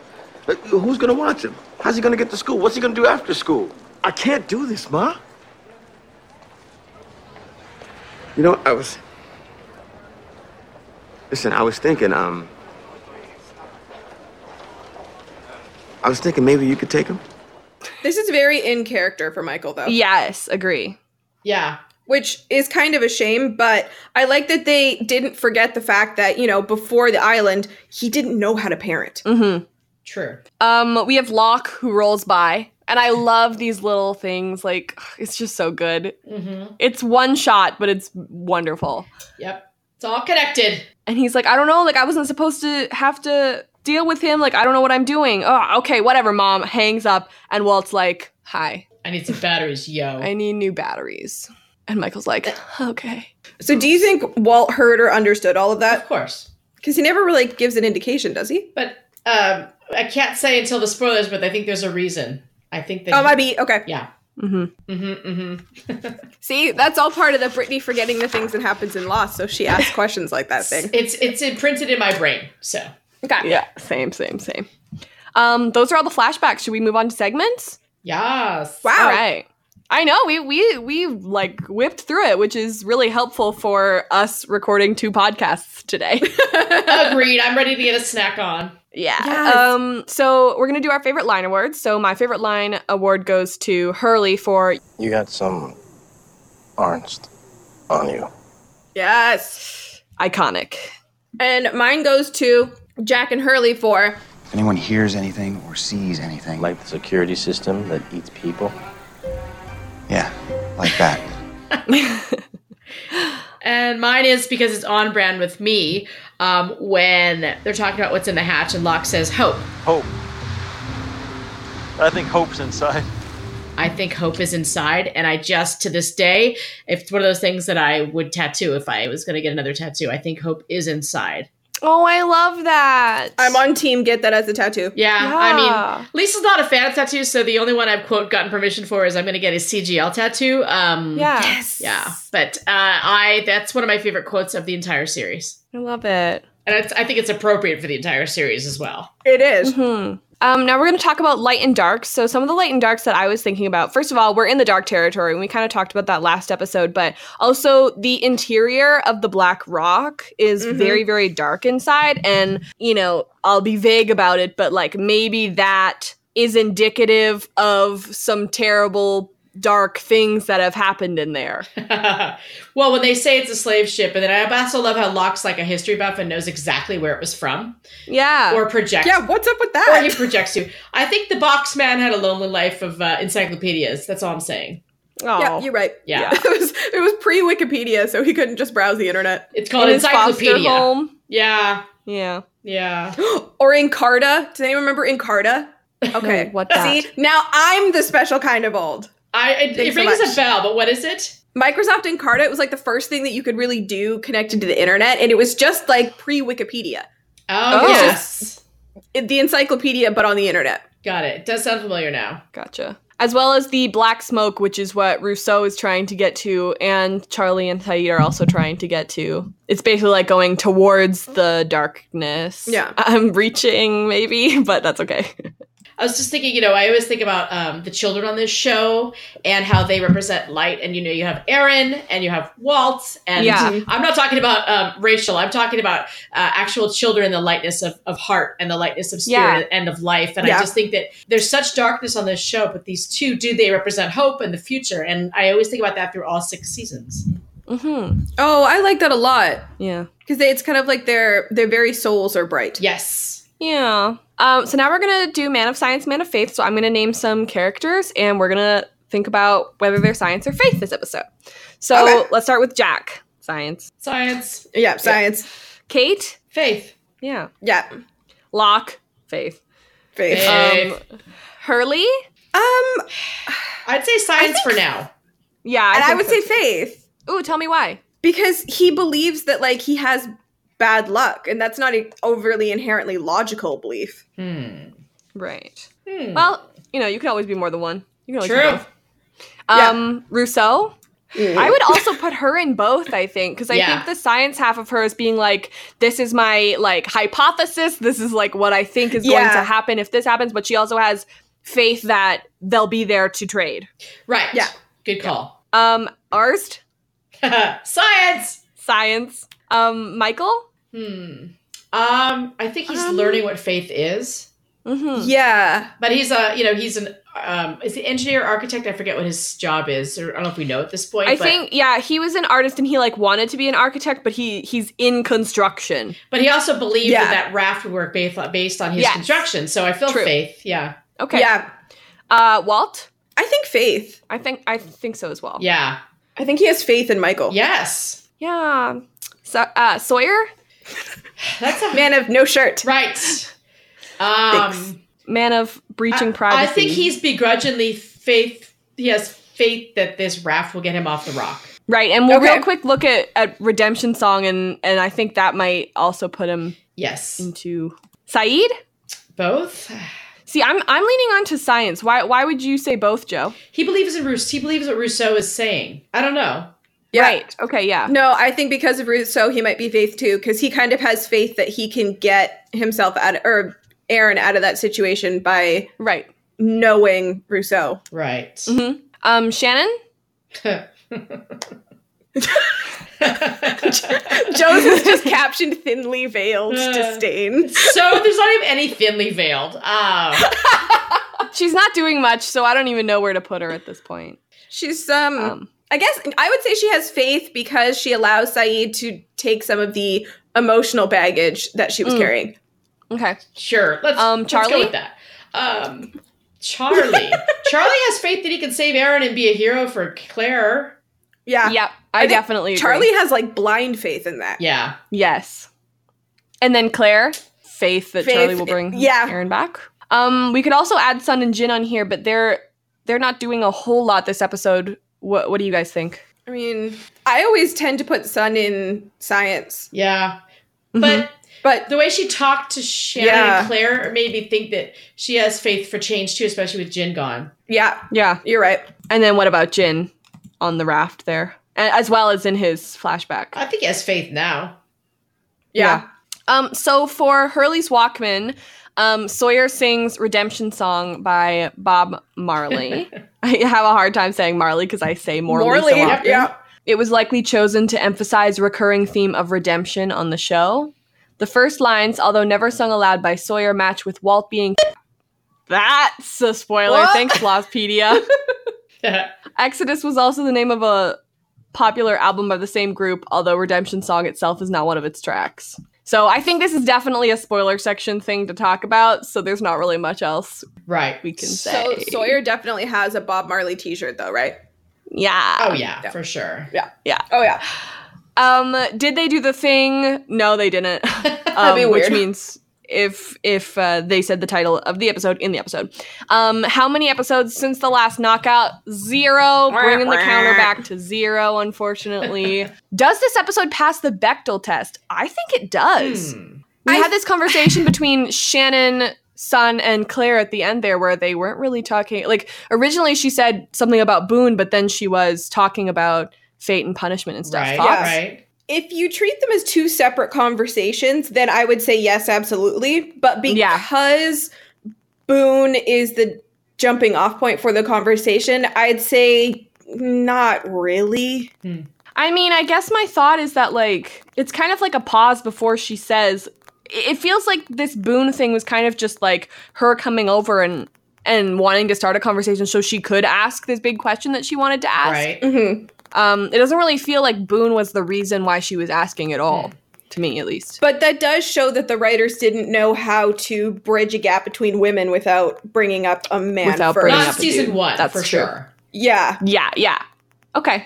M: But Uh, who's gonna watch him? How's he gonna get to school? What's he gonna do after school? I can't do this, Ma. You know, I was. Listen, I was thinking, um. I was thinking maybe you could take him.
B: This is very in character for Michael though.
A: Yes, agree.
C: *laughs* Yeah.
B: Which is kind of a shame, but I like that they didn't forget the fact that, you know, before the island, he didn't know how to parent.
A: Mm-hmm.
C: True.
A: Um, we have Locke who rolls by, and I love these little things. Like, it's just so good.
C: Mm-hmm.
A: It's one shot, but it's wonderful.
C: Yep. It's all connected.
A: And he's like, I don't know, like I wasn't supposed to have to deal with him. Like I don't know what I'm doing. Oh, okay, whatever. Mom hangs up, and Walt's like, "Hi,
C: I need some batteries, yo.
A: I need new batteries." And Michael's *laughs* like, "Okay."
B: So do you think Walt heard or understood all of that? Of
C: course.
B: Because he never really gives an indication, does he?
C: But um, I can't say until the spoilers, but I think there's a reason. I think that.
B: Oh, might be. Okay.
C: Yeah.
A: Mm-hmm.
C: Mm-hmm. Mm-hmm.
B: See, that's all part of the Brittany forgetting the things that happens in Lost, so she asks questions like that thing.
C: It's it's imprinted in my brain. So
B: Okay.
A: Yeah, same, same, same. Um, those are all the flashbacks. Should we move on to segments?
C: yes.
A: All right. I know we we we like whipped through it, which is really helpful for us recording two podcasts today. *laughs*
C: Agreed. I'm ready to get a snack on.
A: Yeah.
C: Yes.
A: Um, so we're gonna do our favorite line awards. So my favorite line award goes to Hurley for
J: You got some ernst on you.
B: Yes.
A: iconic.
B: And mine goes to Jack and Hurley for
N: If anyone hears anything or sees anything. Like the security system that eats people? Yeah, like
M: *laughs*
N: that.
C: And mine is because it's on brand with me. Um, when they're talking about what's in the hatch, and Locke says hope.
J: Hope. I think hope's inside.
C: I think hope is inside, and I just to this day, it's one of those things that I would tattoo if I was going to get another tattoo. I think hope is inside.
A: Oh, I love that.
B: I'm on team get that as a tattoo.
C: Yeah, I
A: Yeah.
C: mean, Lisa's not a fan of tattoos, so the only one I've quote gotten permission for is I'm going to get a CGL tattoo. Um,
A: Yeah. Yes.
C: yeah, but uh, I that's one of my favorite quotes of the entire series,
A: I love it.
C: and it's, I think it's appropriate for the entire series as well. *laughs*
B: It is.
A: Um, now we're going to talk about light and darks. So some of the light and darks that I was thinking about. First of all, we're in the dark territory, and we kind of talked about that last episode. But also, the interior of the Black Rock is
B: Mhm.
A: very, very dark inside. And you know, I'll be vague about it, but like maybe that is indicative of some terrible dark things that have happened in
B: *laughs*
A: there.
C: well, when they say it's a slave ship, and then I also love how Locke's like a history buff and knows exactly where it was from.
A: Uh, Yeah.
C: Or project.
B: Yeah, what's up with *laughs*
C: Or
B: that?
C: he projects you. I think the box man had a lonely life of uh, encyclopedias. That's all I'm saying.
A: Oh.
B: Yeah, you're right.
C: Yeah.
B: *laughs* it was it was pre Wikipedia, so he couldn't just browse the internet.
C: It's called
B: In his foster
C: encyclopedia.
B: home.
C: Yeah.
A: Yeah.
C: Yeah.
B: or Encarta. Does anyone
A: *laughs*
B: remember Encarta? Okay.
A: what
B: See, now I'm the special kind of old.
C: I it, it
B: Thanks so
C: rings
B: much.
C: a bell, but what is it?
B: Microsoft Encarta it was like the first thing that you could really do connected to the internet, and it was just like pre Wikipedia.
C: Oh,
B: It was
C: yes.
B: just it- the encyclopedia, but on the internet.
C: Got it. It does sound familiar now.
A: Gotcha. As well as the black smoke, which is what Rousseau is trying to get to, and Charlie and Said are also trying to get to. It's basically like going towards the darkness.
C: Yeah.
A: *laughs* I'm reaching, maybe, *laughs* but that's okay.
C: I was just thinking, you know, I always think about um, the children on this show and how they represent light. And, you know, you have Aaron and you have Walt. And
A: Yeah.
C: I'm not talking about um, Rachel. I'm talking about uh, actual children and the lightness of, of heart and the lightness of spirit
A: Yeah.
C: and of life. And I
A: Yeah.
C: just think that there's such darkness on this show, but these two do they represent hope and the future. And I always think about that through all six seasons.
A: Mm-hmm.
B: Oh, I like that a lot
A: Yeah.
B: because it's kind of like their their very souls are bright.
C: Yes.
A: Yeah. Um, so now we're going to do Man of Science, Man of Faith. So I'm going to name some characters and we're going to think about whether they're science or faith this episode. So let's start with Jack. Science.
C: Science.
B: Yeah, science.
A: Kate.
C: Faith.
A: Yeah.
B: Yeah.
A: Locke. Faith.
B: Faith.
A: Um, Hurley.
B: Um,
C: I'd say science for now.
A: Yeah, I
B: and I
A: think
B: would
A: so,
B: say
A: too.
B: faith.
A: Ooh, tell me why.
B: Because he believes that like he has bad luck, and that's not an overly inherently logical belief.
C: Hmm.
A: Right.
C: Hmm.
A: Well, you know, you can always be more than one. You can always
C: True.
A: Be both. Um, Rousseau. I would also put her in both, I think, because I
C: Mm-hmm. Yeah.
A: think the science half of her is being like, this is my like hypothesis, this is like what I think is going
B: Yeah.
A: to happen if this happens, but she also has faith that they'll be there to trade.
C: Right.
B: Yeah.
C: Good call. *laughs*
A: Um, Arst,
C: science.
A: science. Um, Michael?
C: Hmm. Um, I think he's learning what faith is.
A: Mm-hmm.
B: Yeah.
C: But he's a, you know, he's an um, is the engineer architect. I forget what his job is. Or I don't know if we know at this point.
A: I
C: but,
A: think yeah, he was an artist and he like wanted to be an architect, but he he's in construction.
C: But he also believed
A: Yeah.
C: that that raft would work based on, based on his
A: Yes.
C: construction. So I feel
A: True.
C: faith. Yeah.
A: Okay.
B: Yeah.
A: Uh, Walt.
B: I think faith.
A: I think I think so as well.
C: Yeah.
B: I think he has faith in Michael.
C: Yes.
A: Yeah. So, uh, Sawyer.
C: That's a
B: man of no shirt.
C: Right. Um,
A: Man of breaching
C: I
A: privacy.
C: think he's begrudgingly faith. He has faith that this raft will get him off the rock.
A: right. And we'll
C: Okay.
A: real quick look at, at redemption song, and and I think that might also put him
C: yes
A: Mm. into Saeed.
C: Both.
A: See, I'm I'm leaning on to science. Why why would you say both, Joe?
C: He believes in Rousseau. He believes what Rousseau is saying. I don't know.
A: Right. Okay. Yeah.
B: No, I think because of Rousseau, he might be faith too, because he kind of has faith that he can get himself out or Aaron out of that situation by
A: right
B: knowing
A: *laughs*
B: Rousseau.
C: Right.
A: hmm Um, Shannon.
B: Joe's is just captioned thinly veiled
A: Hmm.
B: disdain.
A: *laughs*
C: So there's not even any thinly veiled. Um,
A: She's not doing much, so I don't even know where to put her at this point.
B: She's um,
A: Oh.
B: I guess I would say she has faith because she allows Saeed to take some of the emotional baggage that she was
A: Mm.
B: carrying.
A: Okay.
C: Sure. Let's,
A: um,
C: let's go
A: Charlie.
C: with that. Um, Charlie. Charlie has faith that he can save Aaron and be a hero for Claire.
B: Yeah.
A: Yep. I,
B: Ah. think
A: definitely.
B: Charlie
A: agree.
B: has like blind faith in that.
C: Yeah.
A: Yes. And then Claire, faith that
B: Faith,
A: Charlie will bring
B: yeah.
A: Aaron back. Um, we could also add Sun and Jin on here, but they're they're not doing a whole lot this episode. What What do you guys think?
B: I mean, I always tend to put Sun in science.
C: Yeah. But
B: but
C: the way she talked to Shannon
B: Yeah.
C: and Claire made me think that she has faith for change too, especially with Jin gone.
B: Yeah,
A: Yeah,
B: you're right.
A: And then what about Jin on the raft there, A- as well as in his flashback?
C: I think he has faith now.
A: Yeah. Um, so for Hurley's Walkman, um, Sawyer sings Redemption Song by Bob
B: *laughs*
A: Marley. I have a hard time saying Marley because I say Morley. so
B: Morley, yep,
A: often.
B: yep.
A: It was likely chosen to emphasize recurring theme of redemption on the show. The first lines, although never sung aloud by Sawyer, match with Walt being. That's a spoiler.
B: What?
A: Thanks, Lostpedia.
C: Yeah.
A: *laughs* Exodus was also the name of a popular album by the same group, although Redemption Song itself is not one of its tracks. So I think this is definitely a spoiler section thing to talk about, so there's not really much else
C: *laughs* right.
A: we can say.
B: So Sawyer definitely has a Bob Marley T-shirt, though, right?
A: Yeah.
C: Oh yeah, for sure.
A: Yeah. Yeah. Oh yeah. Um, did they do the thing? No, they didn't. Um,
O: be
A: Which
O: weird.
A: means if if uh, they said the title of the episode in the episode. Um, how many episodes since the last knockout? Zero. Bringing the counter back to zero. Unfortunately, does this episode pass the Bechtel test? I think it does. We had this conversation between Shannon. Son and Claire at the end there, where they weren't really talking. Like originally, she said something about Boone, but then she was talking about fate and punishment and stuff.
C: Right,
A: Thoughts?
C: right.
A: If you treat them as two separate conversations, then I would say yes, absolutely. But
B: because Boone is the jumping off point for the conversation, I'd say not really.
A: I mean, I guess my thought is that like it's kind of like a pause before she says. It it feels like this Boone thing was kind of just like her coming over and and wanting to start a conversation so she could ask this big question that she wanted to ask.
C: Right.
A: Um, it doesn't really feel like Boone was the reason why she was asking at all, to me at least.
B: But that does show that the writers didn't know how to bridge a gap between women without bringing up a man.
A: Without
B: first.
A: bringing Not up a season dude. one, That's for true. sure. Yeah. Yeah, yeah. Okay.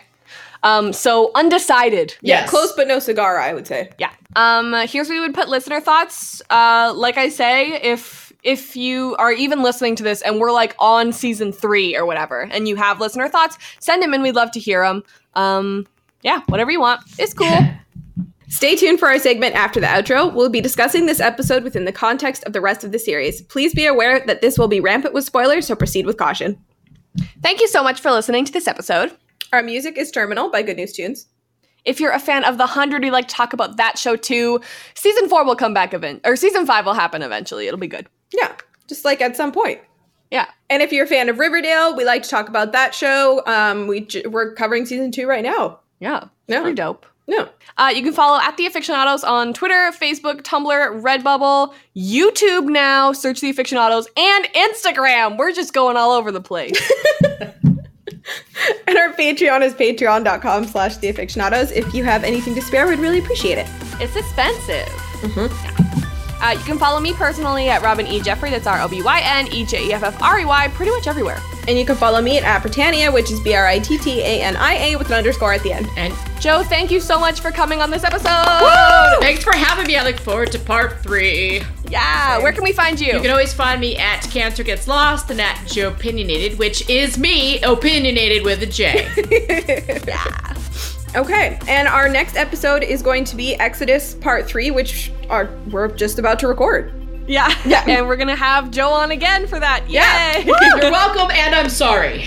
A: Um, so undecided.
B: Yeah, close but no cigar, I would say.
A: Yeah. Um, uh, here's where we would put listener thoughts. Uh, like I say, if if you are even listening to this and we're like on season three or whatever, and you have listener thoughts, send them in. We'd love to hear them. Um, yeah, whatever you want. It's cool.
B: Stay tuned for our segment after the outro. We'll be discussing this episode within the context of the rest of the series. Please be aware that this will be rampant with spoilers, so proceed with caution.
A: Thank you so much for listening to this episode.
B: Our music is Terminal by Good News Tunes.
A: If you're a fan of The 100, we like to talk about that show too. Season 4 will come back event or season 5 will happen eventually. It'll be good.
B: Yeah, just like at some point.
A: Yeah.
B: And if you're a fan of Riverdale, we like to talk about that show. Um, we j- we're covering season two right now.
A: Yeah,
B: yeah, pretty
A: dope.
B: Yeah.
A: Uh, you can follow at the Aficionados on Twitter, Facebook, Tumblr, Redbubble, YouTube now. Search the Aficionados and Instagram. We're just going all over the
C: *laughs*
A: place.
B: And our Patreon is patreon.com slash theafficionados. If you have anything to spare, we'd really appreciate it.
A: it's expensive. Uh, you can follow me personally at Robin E. Jeffrey. That's R O B Y N E J E F F R E Y. Pretty much everywhere.
B: And you can follow me at, at Britannia, which is B-R-I-T-T-A-N-I-A with an underscore at the end.
C: And
A: Joe, Oh, thank you so much for coming on this episode.
C: Thanks for having me. I look forward to part three.
A: Yeah. Ah, Where can we find you?
C: You can always find me at Cancer Gets Lost and at Joe Opinionated, which is me, opinionated with a J.
B: Okay, and our next episode is going to be Exodus Part 3, which are we're just about to record.
A: Yeah. And we're going to have Joe on again for that.
B: Yeah.
A: Yay.
B: Woo.
C: You're welcome, and I'm sorry.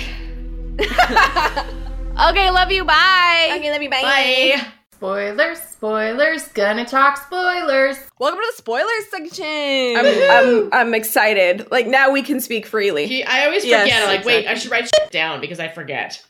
A: Okay, love you. Bye.
B: Okay, love you.
C: Bye. Spoilers, spoilers, gonna talk spoilers.
A: Welcome to the spoilers section.
B: I'm, I'm, I'm excited. Like now we can speak freely.
C: I always forget. I'm like, wait, I should write shit down because I forget.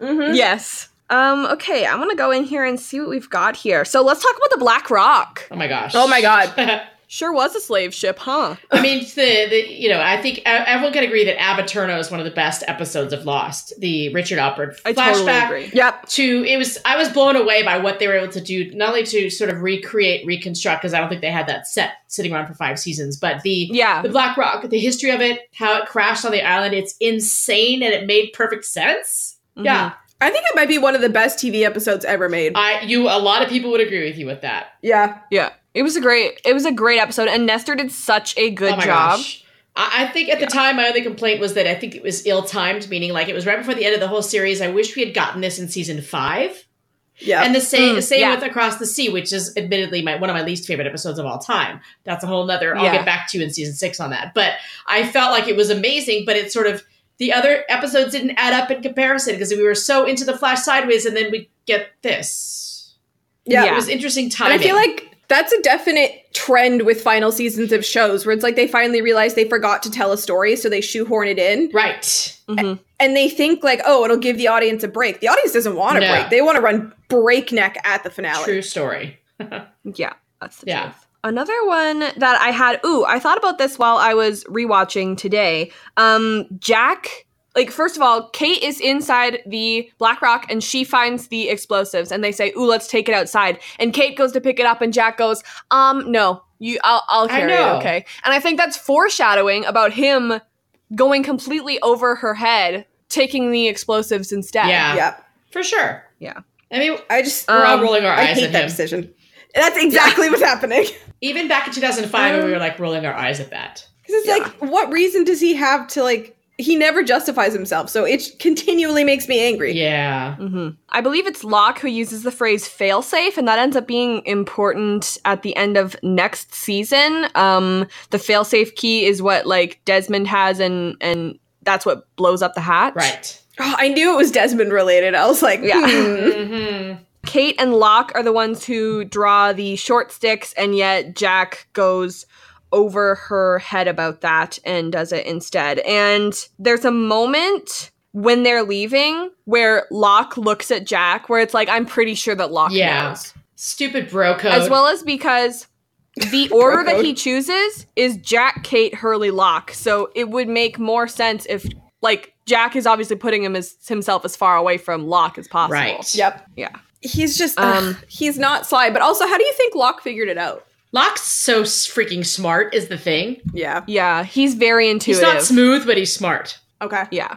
A: Mm-hmm. Yes. Um, okay, I'm gonna go in here and see what we've got here. So let's talk about the Black Rock.
C: Oh my gosh.
A: Oh my god. sure was a slave ship, huh?
C: *laughs* I mean, the, the you know, I think e- everyone can agree that Abaturno is one of the best episodes of Lost, the Richard Alpert
A: I
C: flashback.
A: totally agree. Yep.
C: To it was, I was blown away by what they were able to do, not only to sort of recreate, reconstruct, because I don't think they had that set sitting around for five seasons, but the
A: Yeah.
C: the Black Rock, the history of it, how it crashed on the island, it's insane and it made perfect sense. Yeah.
A: Mm-hmm.
B: I think it might be one of the best TV episodes ever
A: Uh,
B: made.
C: I you a lot of people would agree with you with that.
B: yeah.
A: Yeah. It was a great it was a great episode, and Nestor did such a good
C: Oh my
A: job.
C: gosh. I I think at the time my only complaint was that I think it was ill timed, meaning like it was right before the end of the whole series. I wish we had gotten this in season five.
B: Yeah.
C: And the same
B: Mm,
C: same
B: yeah.
C: with Across the Sea, which is admittedly my one of my least favorite episodes of all time. That's a whole nother I'll
B: Yeah.
C: get back to you in season six on that. But I felt like it was amazing, but it sort of the other episodes didn't add up in comparison because we were so into the flash sideways and then we get this. It was interesting timing.
B: And I feel like that's a definite trend with final seasons of shows where it's like they finally realize they forgot to tell a story, so they shoehorn it in.
C: Right.
B: And they think like, oh, it'll give the audience a break. The audience doesn't want a
C: No.
B: break. They want to run breakneck at the finale.
C: True story.
A: yeah, that's the
C: yeah.
A: Another one that I had, ooh, I thought about this while I was rewatching today. Um, Jack, like, first of all, Kate is inside the Black Rock and she finds the explosives and they say, ooh, let's take it outside. And Kate goes to pick it up and Jack goes, um, no, you, I'll, I'll
O: I
A: carry it,
O: know.
A: okay? And I think that's foreshadowing about him going completely over her head taking the explosives instead.
C: Yeah.
P: Yep.
C: For sure.
P: Yeah.
C: I mean,
P: I just
C: we're all rolling our
P: Um, I
C: eyes
P: hate
C: at
P: that
C: him.
P: decision. That's exactly what's
B: *laughs*
P: happening.
C: Even back in 2005, when we were like rolling our eyes at that.
P: Because it's like, what reason does he have to like? He never justifies himself, so it continually makes me angry.
C: Yeah.
A: Mm-hmm. I believe it's Locke who uses the phrase failsafe, and that ends up being important at the end of next season. Um, the failsafe key is what like Desmond has, and and that's what blows up the hat.
C: Right.
P: Oh, I knew it was Desmond related. I was like,
A: Yeah.
P: hmm.
A: Mm-hmm. Kate and Locke are the ones who draw the short sticks, and yet Jack goes over her head about that and does it instead. And there's a moment when they're leaving where Locke looks at Jack, where it's like, I'm pretty sure that Locke
C: Yeah.
A: knows.
C: Stupid bro code.
A: As well as because the order that he chooses is Jack, Kate, Hurley, Locke. So it would make more sense if, like, Jack is obviously putting him as himself as far away from Locke as possible.
C: Right.
P: Yep.
A: Yeah.
P: He's just
A: Um,
P: ugh, he's not sly. But also, how do you think Locke figured it out?
C: Locke's so s- freaking smart is the thing.
P: Yeah.
A: Yeah. He's very
C: He's
A: intuitive.
C: not smooth, but he's smart.
P: Okay.
A: Yeah.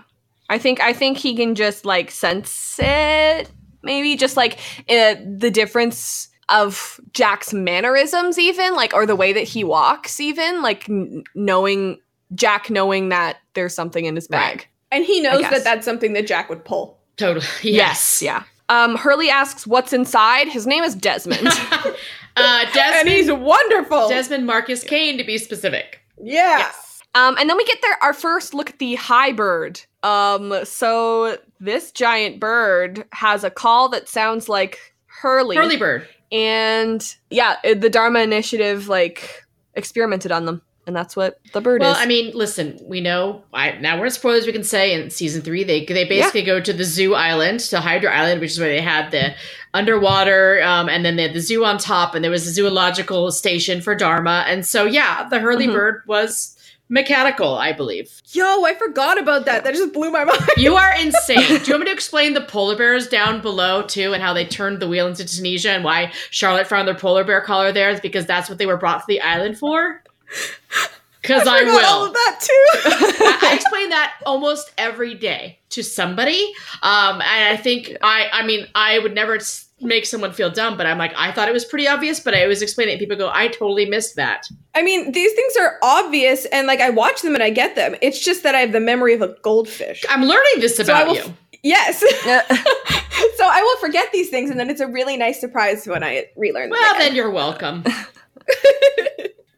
A: I think I think he can just like sense it. Maybe just like uh, the difference of Jack's mannerisms even like or the way that he walks even like n- knowing Jack knowing that there's something in his bag.
P: And he knows
A: guess.
P: that that's something that Jack would pull.
C: Totally. *laughs*
A: Yes. Yeah. Um, Hurley asks what's inside. His name is
C: *laughs*
A: Desmond.
C: Uh, Desmond,
P: and he's wonderful.
C: Desmond Marcus Kane, to be specific.
P: yeah.
A: um, and then we get there our first look at the high bird. Um, so this giant bird has a call that sounds like Hurley.
C: Hurley Bird.
A: and yeah it- the dharma initiative like experimented on them and that's what the bird
C: Well,
A: is
C: I mean, listen, we know I, now we're in spoilers. We can say in season three they they basically go to the zoo island, to Hydra Island, which is where they had the underwater, um, and then they had the zoo on top, and there was a zoological station for Dharma, and so yeah, the Hurley
P: Mhm.
C: bird was mechanical, I believe.
P: Yo, I forgot about that. That just blew my mind.
C: You are insane. Do you want me to explain the polar bears down below too, and how they turned the wheel into Tunisia, and why Charlotte found their polar bear collar there? It's because that's what they were brought to the
P: *laughs*
C: island for. Because I,
P: forgot
C: will.
P: all of that too. *laughs*
C: I explain that almost every day to somebody. Um, and I think I, I mean, I would never s- make someone feel dumb, but I'm like, I thought it was pretty obvious, but I always explain it. And people go, I totally missed that.
P: I mean, these things are obvious, and like I watch them and I get them. It's just that I have the memory of a goldfish.
C: I'm learning this
P: I
C: about
P: will
C: you.
P: Yes. *laughs* so I will forget these things, and then it's a really nice surprise when I relearn them.
C: Well,
P: again.
C: then
P: *laughs*
C: you're welcome.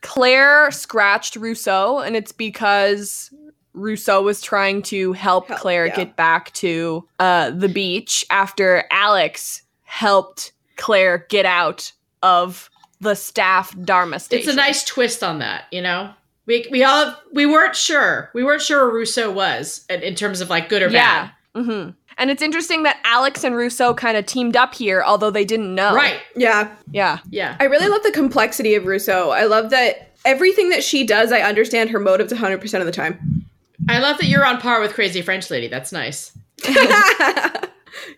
A: claire scratched rousseau and it's because rousseau was trying to help,
P: Help,
A: claire
P: yeah.
A: get back to uh, the beach after alex helped claire get out of the staff dharma
C: It's
A: station
C: a nice twist on that, you know? We, we all we weren't sure we weren't sure where Rousseau was in, in terms of like good or
A: yeah
C: bad
A: hmm and it's interesting that alex and rousseau kind of teamed up here although they didn't
P: Oh.
A: know
C: right
P: yeah,
A: yeah
C: yeah
P: I really love the complexity of Rousseau. I love that everything that she does, I understand her motives 100% of the time. *laughs*
C: I love that you're on par with Crazy French Lady that's nice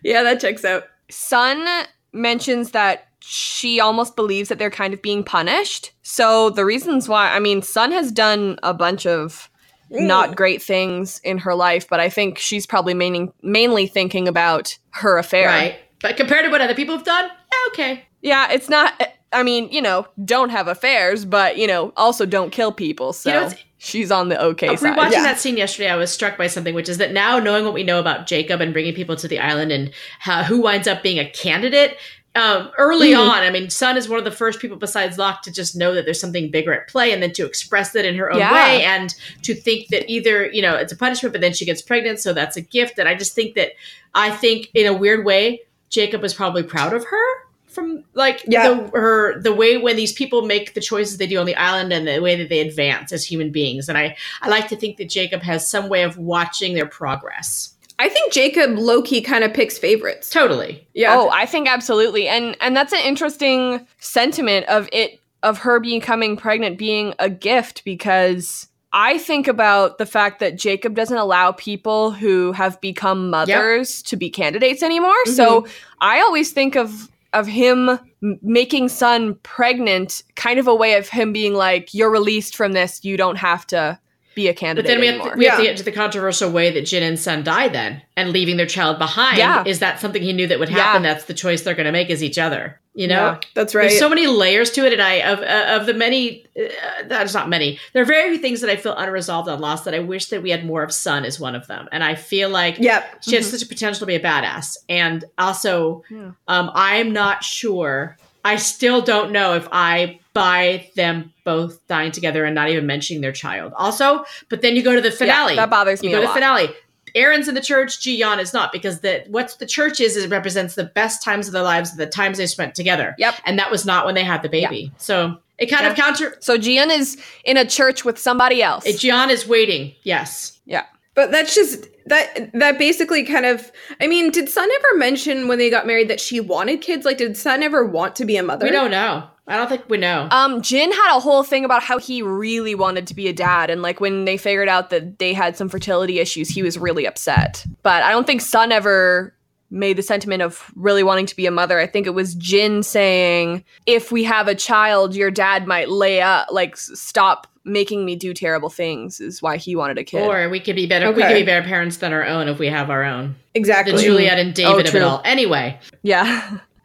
P: Yeah, that checks out.
A: Sun mentions that she almost believes that they're kind of being punished. So the reasons why, I mean, Sun has done a bunch of not great things in her life, but I think she's probably mainly mainly thinking about her affair.
C: right but compared to what other people have done yeah, okay
A: Yeah, it's not. I mean, you know, don't have affairs, but you know, also don't kill people. So
C: You know, it's-
A: she's on the okay
C: Rewatching
A: side.
C: that scene yesterday, I was struck by something, which is that now knowing what we know about Jacob and bringing people to the island and how, who winds up being a candidate. Um, early
P: Mhm.
C: on, I mean, Sun is one of the first people besides Locke to just know that there's something bigger at play and then to express that in her own
A: Yeah.
C: way and to think that either, you know, it's a punishment, but then she gets pregnant. So that's a gift. And I just think that I think in a weird way, Jacob was probably proud of her from like
P: Yeah.
C: the, her the way when these people make the choices they do on the island and the way that they advance as human beings and i i like to think that jacob has some way of watching their progress
P: I think Jacob Loki kind of picks favorites.
C: totally
P: Yeah.
A: Oh, I think absolutely. And and that's an interesting sentiment of it of her becoming pregnant being a gift because I think about the fact that Jacob doesn't allow people who have become mothers to be candidates anymore. So
C: Mm-hmm.
A: I always think of of him m- making son pregnant kind of a way of him being like you're released from this, you don't have to be a candidate
C: But then we have,
A: anymore.
C: to, we have to get to the controversial way that Jin and Sun die then, and leaving their child behind.
A: Yeah.
C: Is that something he knew that would happen? That's the choice they're going to make is each other. You know,
A: Yeah, that's right.
C: There's so many layers to it, and I of uh, of the many, uh, that's not many. There are very few things that I feel unresolved on Lost that I wish that we had more of. Sun is one of them, and I feel like
P: Yep.
C: she has
P: Mhm.
A: Mm-hmm.
C: such a potential to be a badass, and also um, I'm not sure. I still don't know if I buy them both dying together and not even mentioning their child. Also, but then you go to the finale.
A: that bothers me
C: You go
A: a
C: to
A: lot.
C: the finale. Aaron's in the church. Gian is not because the what the church is is it represents the best times of their lives, the times they spent together. Yep. And that was not when they had the baby. So it kind of
A: Yeah.
C: counter.
A: So Gian is in a church with somebody else.
C: Gian is waiting. Yes.
A: Yeah.
P: But that's just that that basically kind of I mean, did Sun ever mention when they got married that she wanted kids? Like did Sun ever want to be a mother?
C: We don't know. I don't think we know.
A: Um, Jin had a whole thing about how he really wanted to be a dad, and like when they figured out that they had some fertility issues, he was really upset. But I don't think Sun ever made the sentiment of really wanting to be a mother. I think it was Jin saying, "If we have a child, your dad might lay up, like s- stop making me do terrible things." Is why he wanted a kid.
C: Or we could be better. We could
A: Okay.
C: be better parents than our own if we have our own.
P: Exactly.
C: The Juliet and
A: Oh,
C: David of
A: true.
C: it all. Anyway,
A: Yeah.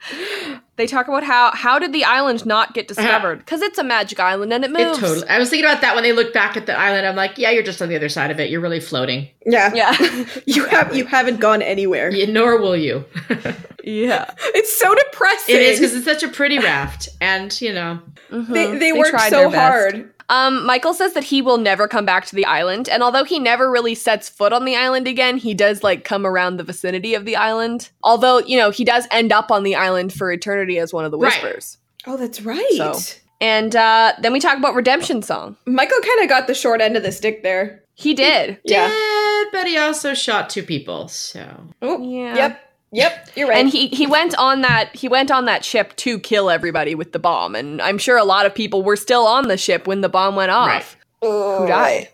A: *laughs* They talk about how how did the island not
C: *laughs*
A: get discovered? Because it's a magic island and it
C: it
A: moves.
C: totally. I was thinking about that when they look back at the island. I'm like, yeah, you're just on the other side of it. You're really floating.
P: Yeah.
C: *laughs*
A: Yeah.
P: *laughs*
A: *laughs*
P: you have you haven't gone anywhere.
C: nor will you. *laughs*
A: yeah.
P: It's so depressing.
C: It is because it's such a pretty raft, and you know
P: They- they worked
A: Mm-hmm. tried
P: so
A: their best.
P: hard.
A: Um, Michael says that he will never come back to the island, and although he never really sets foot on the island again, he does like come around the vicinity of the island. Although you know he does end up on the island for eternity as one of the
P: Right.
A: whispers.
P: Oh, that's right.
A: So- and uh, then we talk about redemption song.
P: Michael kind of got the short end of the stick there.
A: He did.
P: Yeah.
C: did, but he also shot two people. So
P: Oh,
A: yeah.
P: Yep. Yep. You're right.
A: And he he went on that he went on that ship to kill everybody with the bomb, and I'm sure a lot of people were still on the ship when the bomb went off.
C: Right.
A: Who died?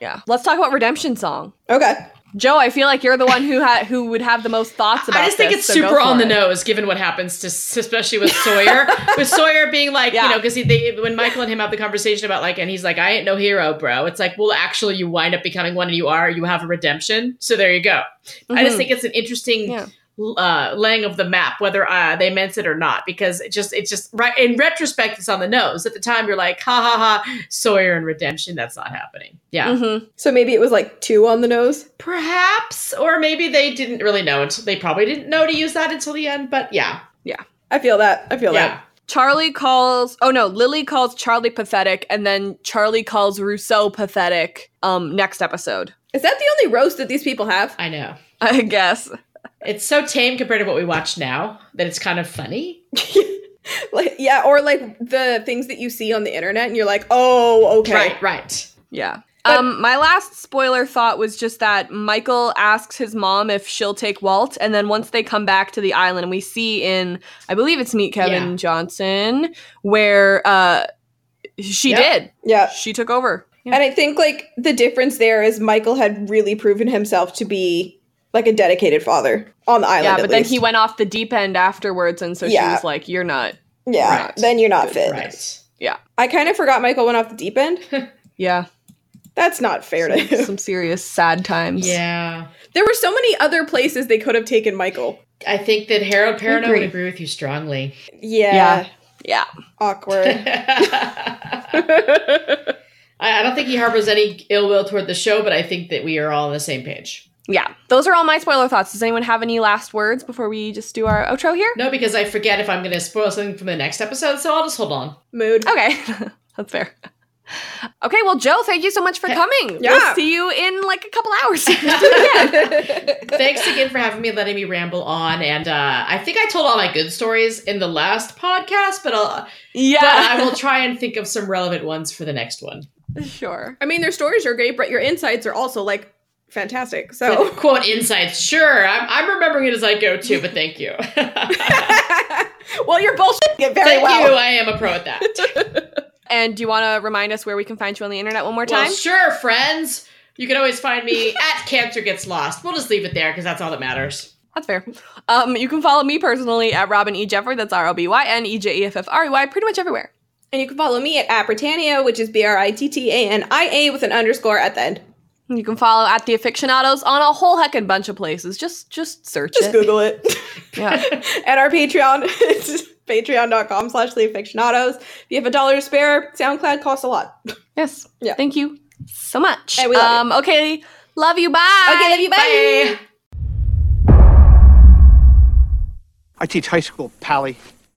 A: Yeah. Let's talk about redemption song.
P: Okay.
A: Joe, I feel like you're the one who ha- who would have the most thoughts about.
C: I just think
A: this,
C: it's
A: so go for
C: super on the
A: it.
C: nose, given what happens to, especially with
A: *laughs*
C: Sawyer. with Sawyer being like, you know, because when Michael and him have the conversation about like, and he's like, I ain't no hero, bro. It's like, well, actually, you wind up becoming one, and you are, you have a redemption. So there you go. I
A: Mhm.
C: just think it's an interesting. Uh, laying of the map, whether uh, they meant it or not, because it just it's just right in retrospect, it's on the nose. At the time, you're like, ha ha ha, Sawyer and redemption. That's not happening. Yeah,
A: Mm-hmm.
P: So maybe it was like two on the nose.
C: perhaps, or maybe they didn't really know until they probably didn't know to use that until the end. But yeah,
A: Yeah.
P: I feel that. I feel
C: Yeah.
P: that.
A: Charlie calls. Oh no, Lily calls Charlie pathetic, and then Charlie calls Rousseau pathetic. Um, next episode, *laughs*
P: Is that the only roast that these people have? *laughs*
C: I know.
A: I guess.
C: It's so tame compared to what we watch now that it's kind of funny.
P: Like yeah, or like the things that you see on the internet and you're like, "Oh, okay."
C: Right, right.
A: Yeah. um, my last spoiler thought was just that Michael asks his mom if she'll take Walt, and then once they come back to the island, we see in I believe it's Meet Kevin
P: Yeah.
A: Johnson where uh, she
P: Yeah.
A: did.
P: Yeah.
A: She took over.
P: And I think like the difference there is Michael had really proven himself to be like a dedicated father on the island.
A: yeah, but
P: at
A: then
P: least.
A: he went off the deep end afterwards, and so she
P: Yeah.
A: was like, "You're not."
P: Yeah,
A: Right.
P: then you're not fit.
C: Right.
A: Yeah.
P: I kind of forgot Michael went off the deep end. *laughs*
A: Yeah.
P: That's not fair to *laughs* him.
A: Some serious sad times.
C: Yeah.
P: There were so many other places they could have taken Michael.
C: I think that Harold Perrineau
P: Agree.
C: would agree with you
P: *laughs*
C: strongly.
P: Yeah.
A: Yeah. Yeah. *laughs*
P: Awkward.
C: I, I don't think he harbors any ill will toward the show, but I think that we are all on the same page.
A: Yeah. Those are all my spoiler thoughts. Does anyone have any last words before we just do our outro here?
C: No, because I forget if I'm going to spoil something from the next episode, so I'll just hold on.
P: Mood.
A: Okay. *laughs* That's fair. Okay, well, Joe, thank you so much for coming.
C: yeah.
A: We'll see you in like a couple
C: *laughs*
A: hours. *laughs*
C: Thanks again for having me, and letting me ramble on, and uh, I think I told all my good stories in the last podcast, but I'll
A: yeah,
C: but I will try and think of some relevant ones for the next one.
A: *laughs* sure.
P: I mean, their stories are great, but your insights are also like fantastic.
B: Oh.
P: So
C: Quote insights. Sure, I'm, I'm remembering it as I go too, but thank you. *laughs*
P: well, you're bullshitting it very
C: thank
P: well.
C: you. I am a pro at that.
A: And do you want to remind us where we can find you on the internet one more time?
C: Well, sure, friends. You can always find me at Cancer Gets Lost. We'll just leave it there because that's all that matters.
A: That's fair. Um, you can follow me personally at Robin E. Jeffrey. That's R O B Y N E J E F F R E Y, pretty much everywhere.
B: And you can follow me at, at Britannia, which is B R I T T A N I A with an underscore at the end.
A: You can follow at the aficionados on a whole heckin' bunch of places. Just just search
B: Just
A: it.
B: Google it.
A: *laughs* Yeah.
B: *laughs* at our Patreon, *laughs* it's patreon.com slash the aficionados. If you have a dollar to spare, SoundCloud costs a lot.
A: Yes.
B: Yeah.
A: Thank you so much.
B: And we love
A: um, okay. Love you. Bye.
B: Okay, love you. Bye.
G: I teach high school, Pally.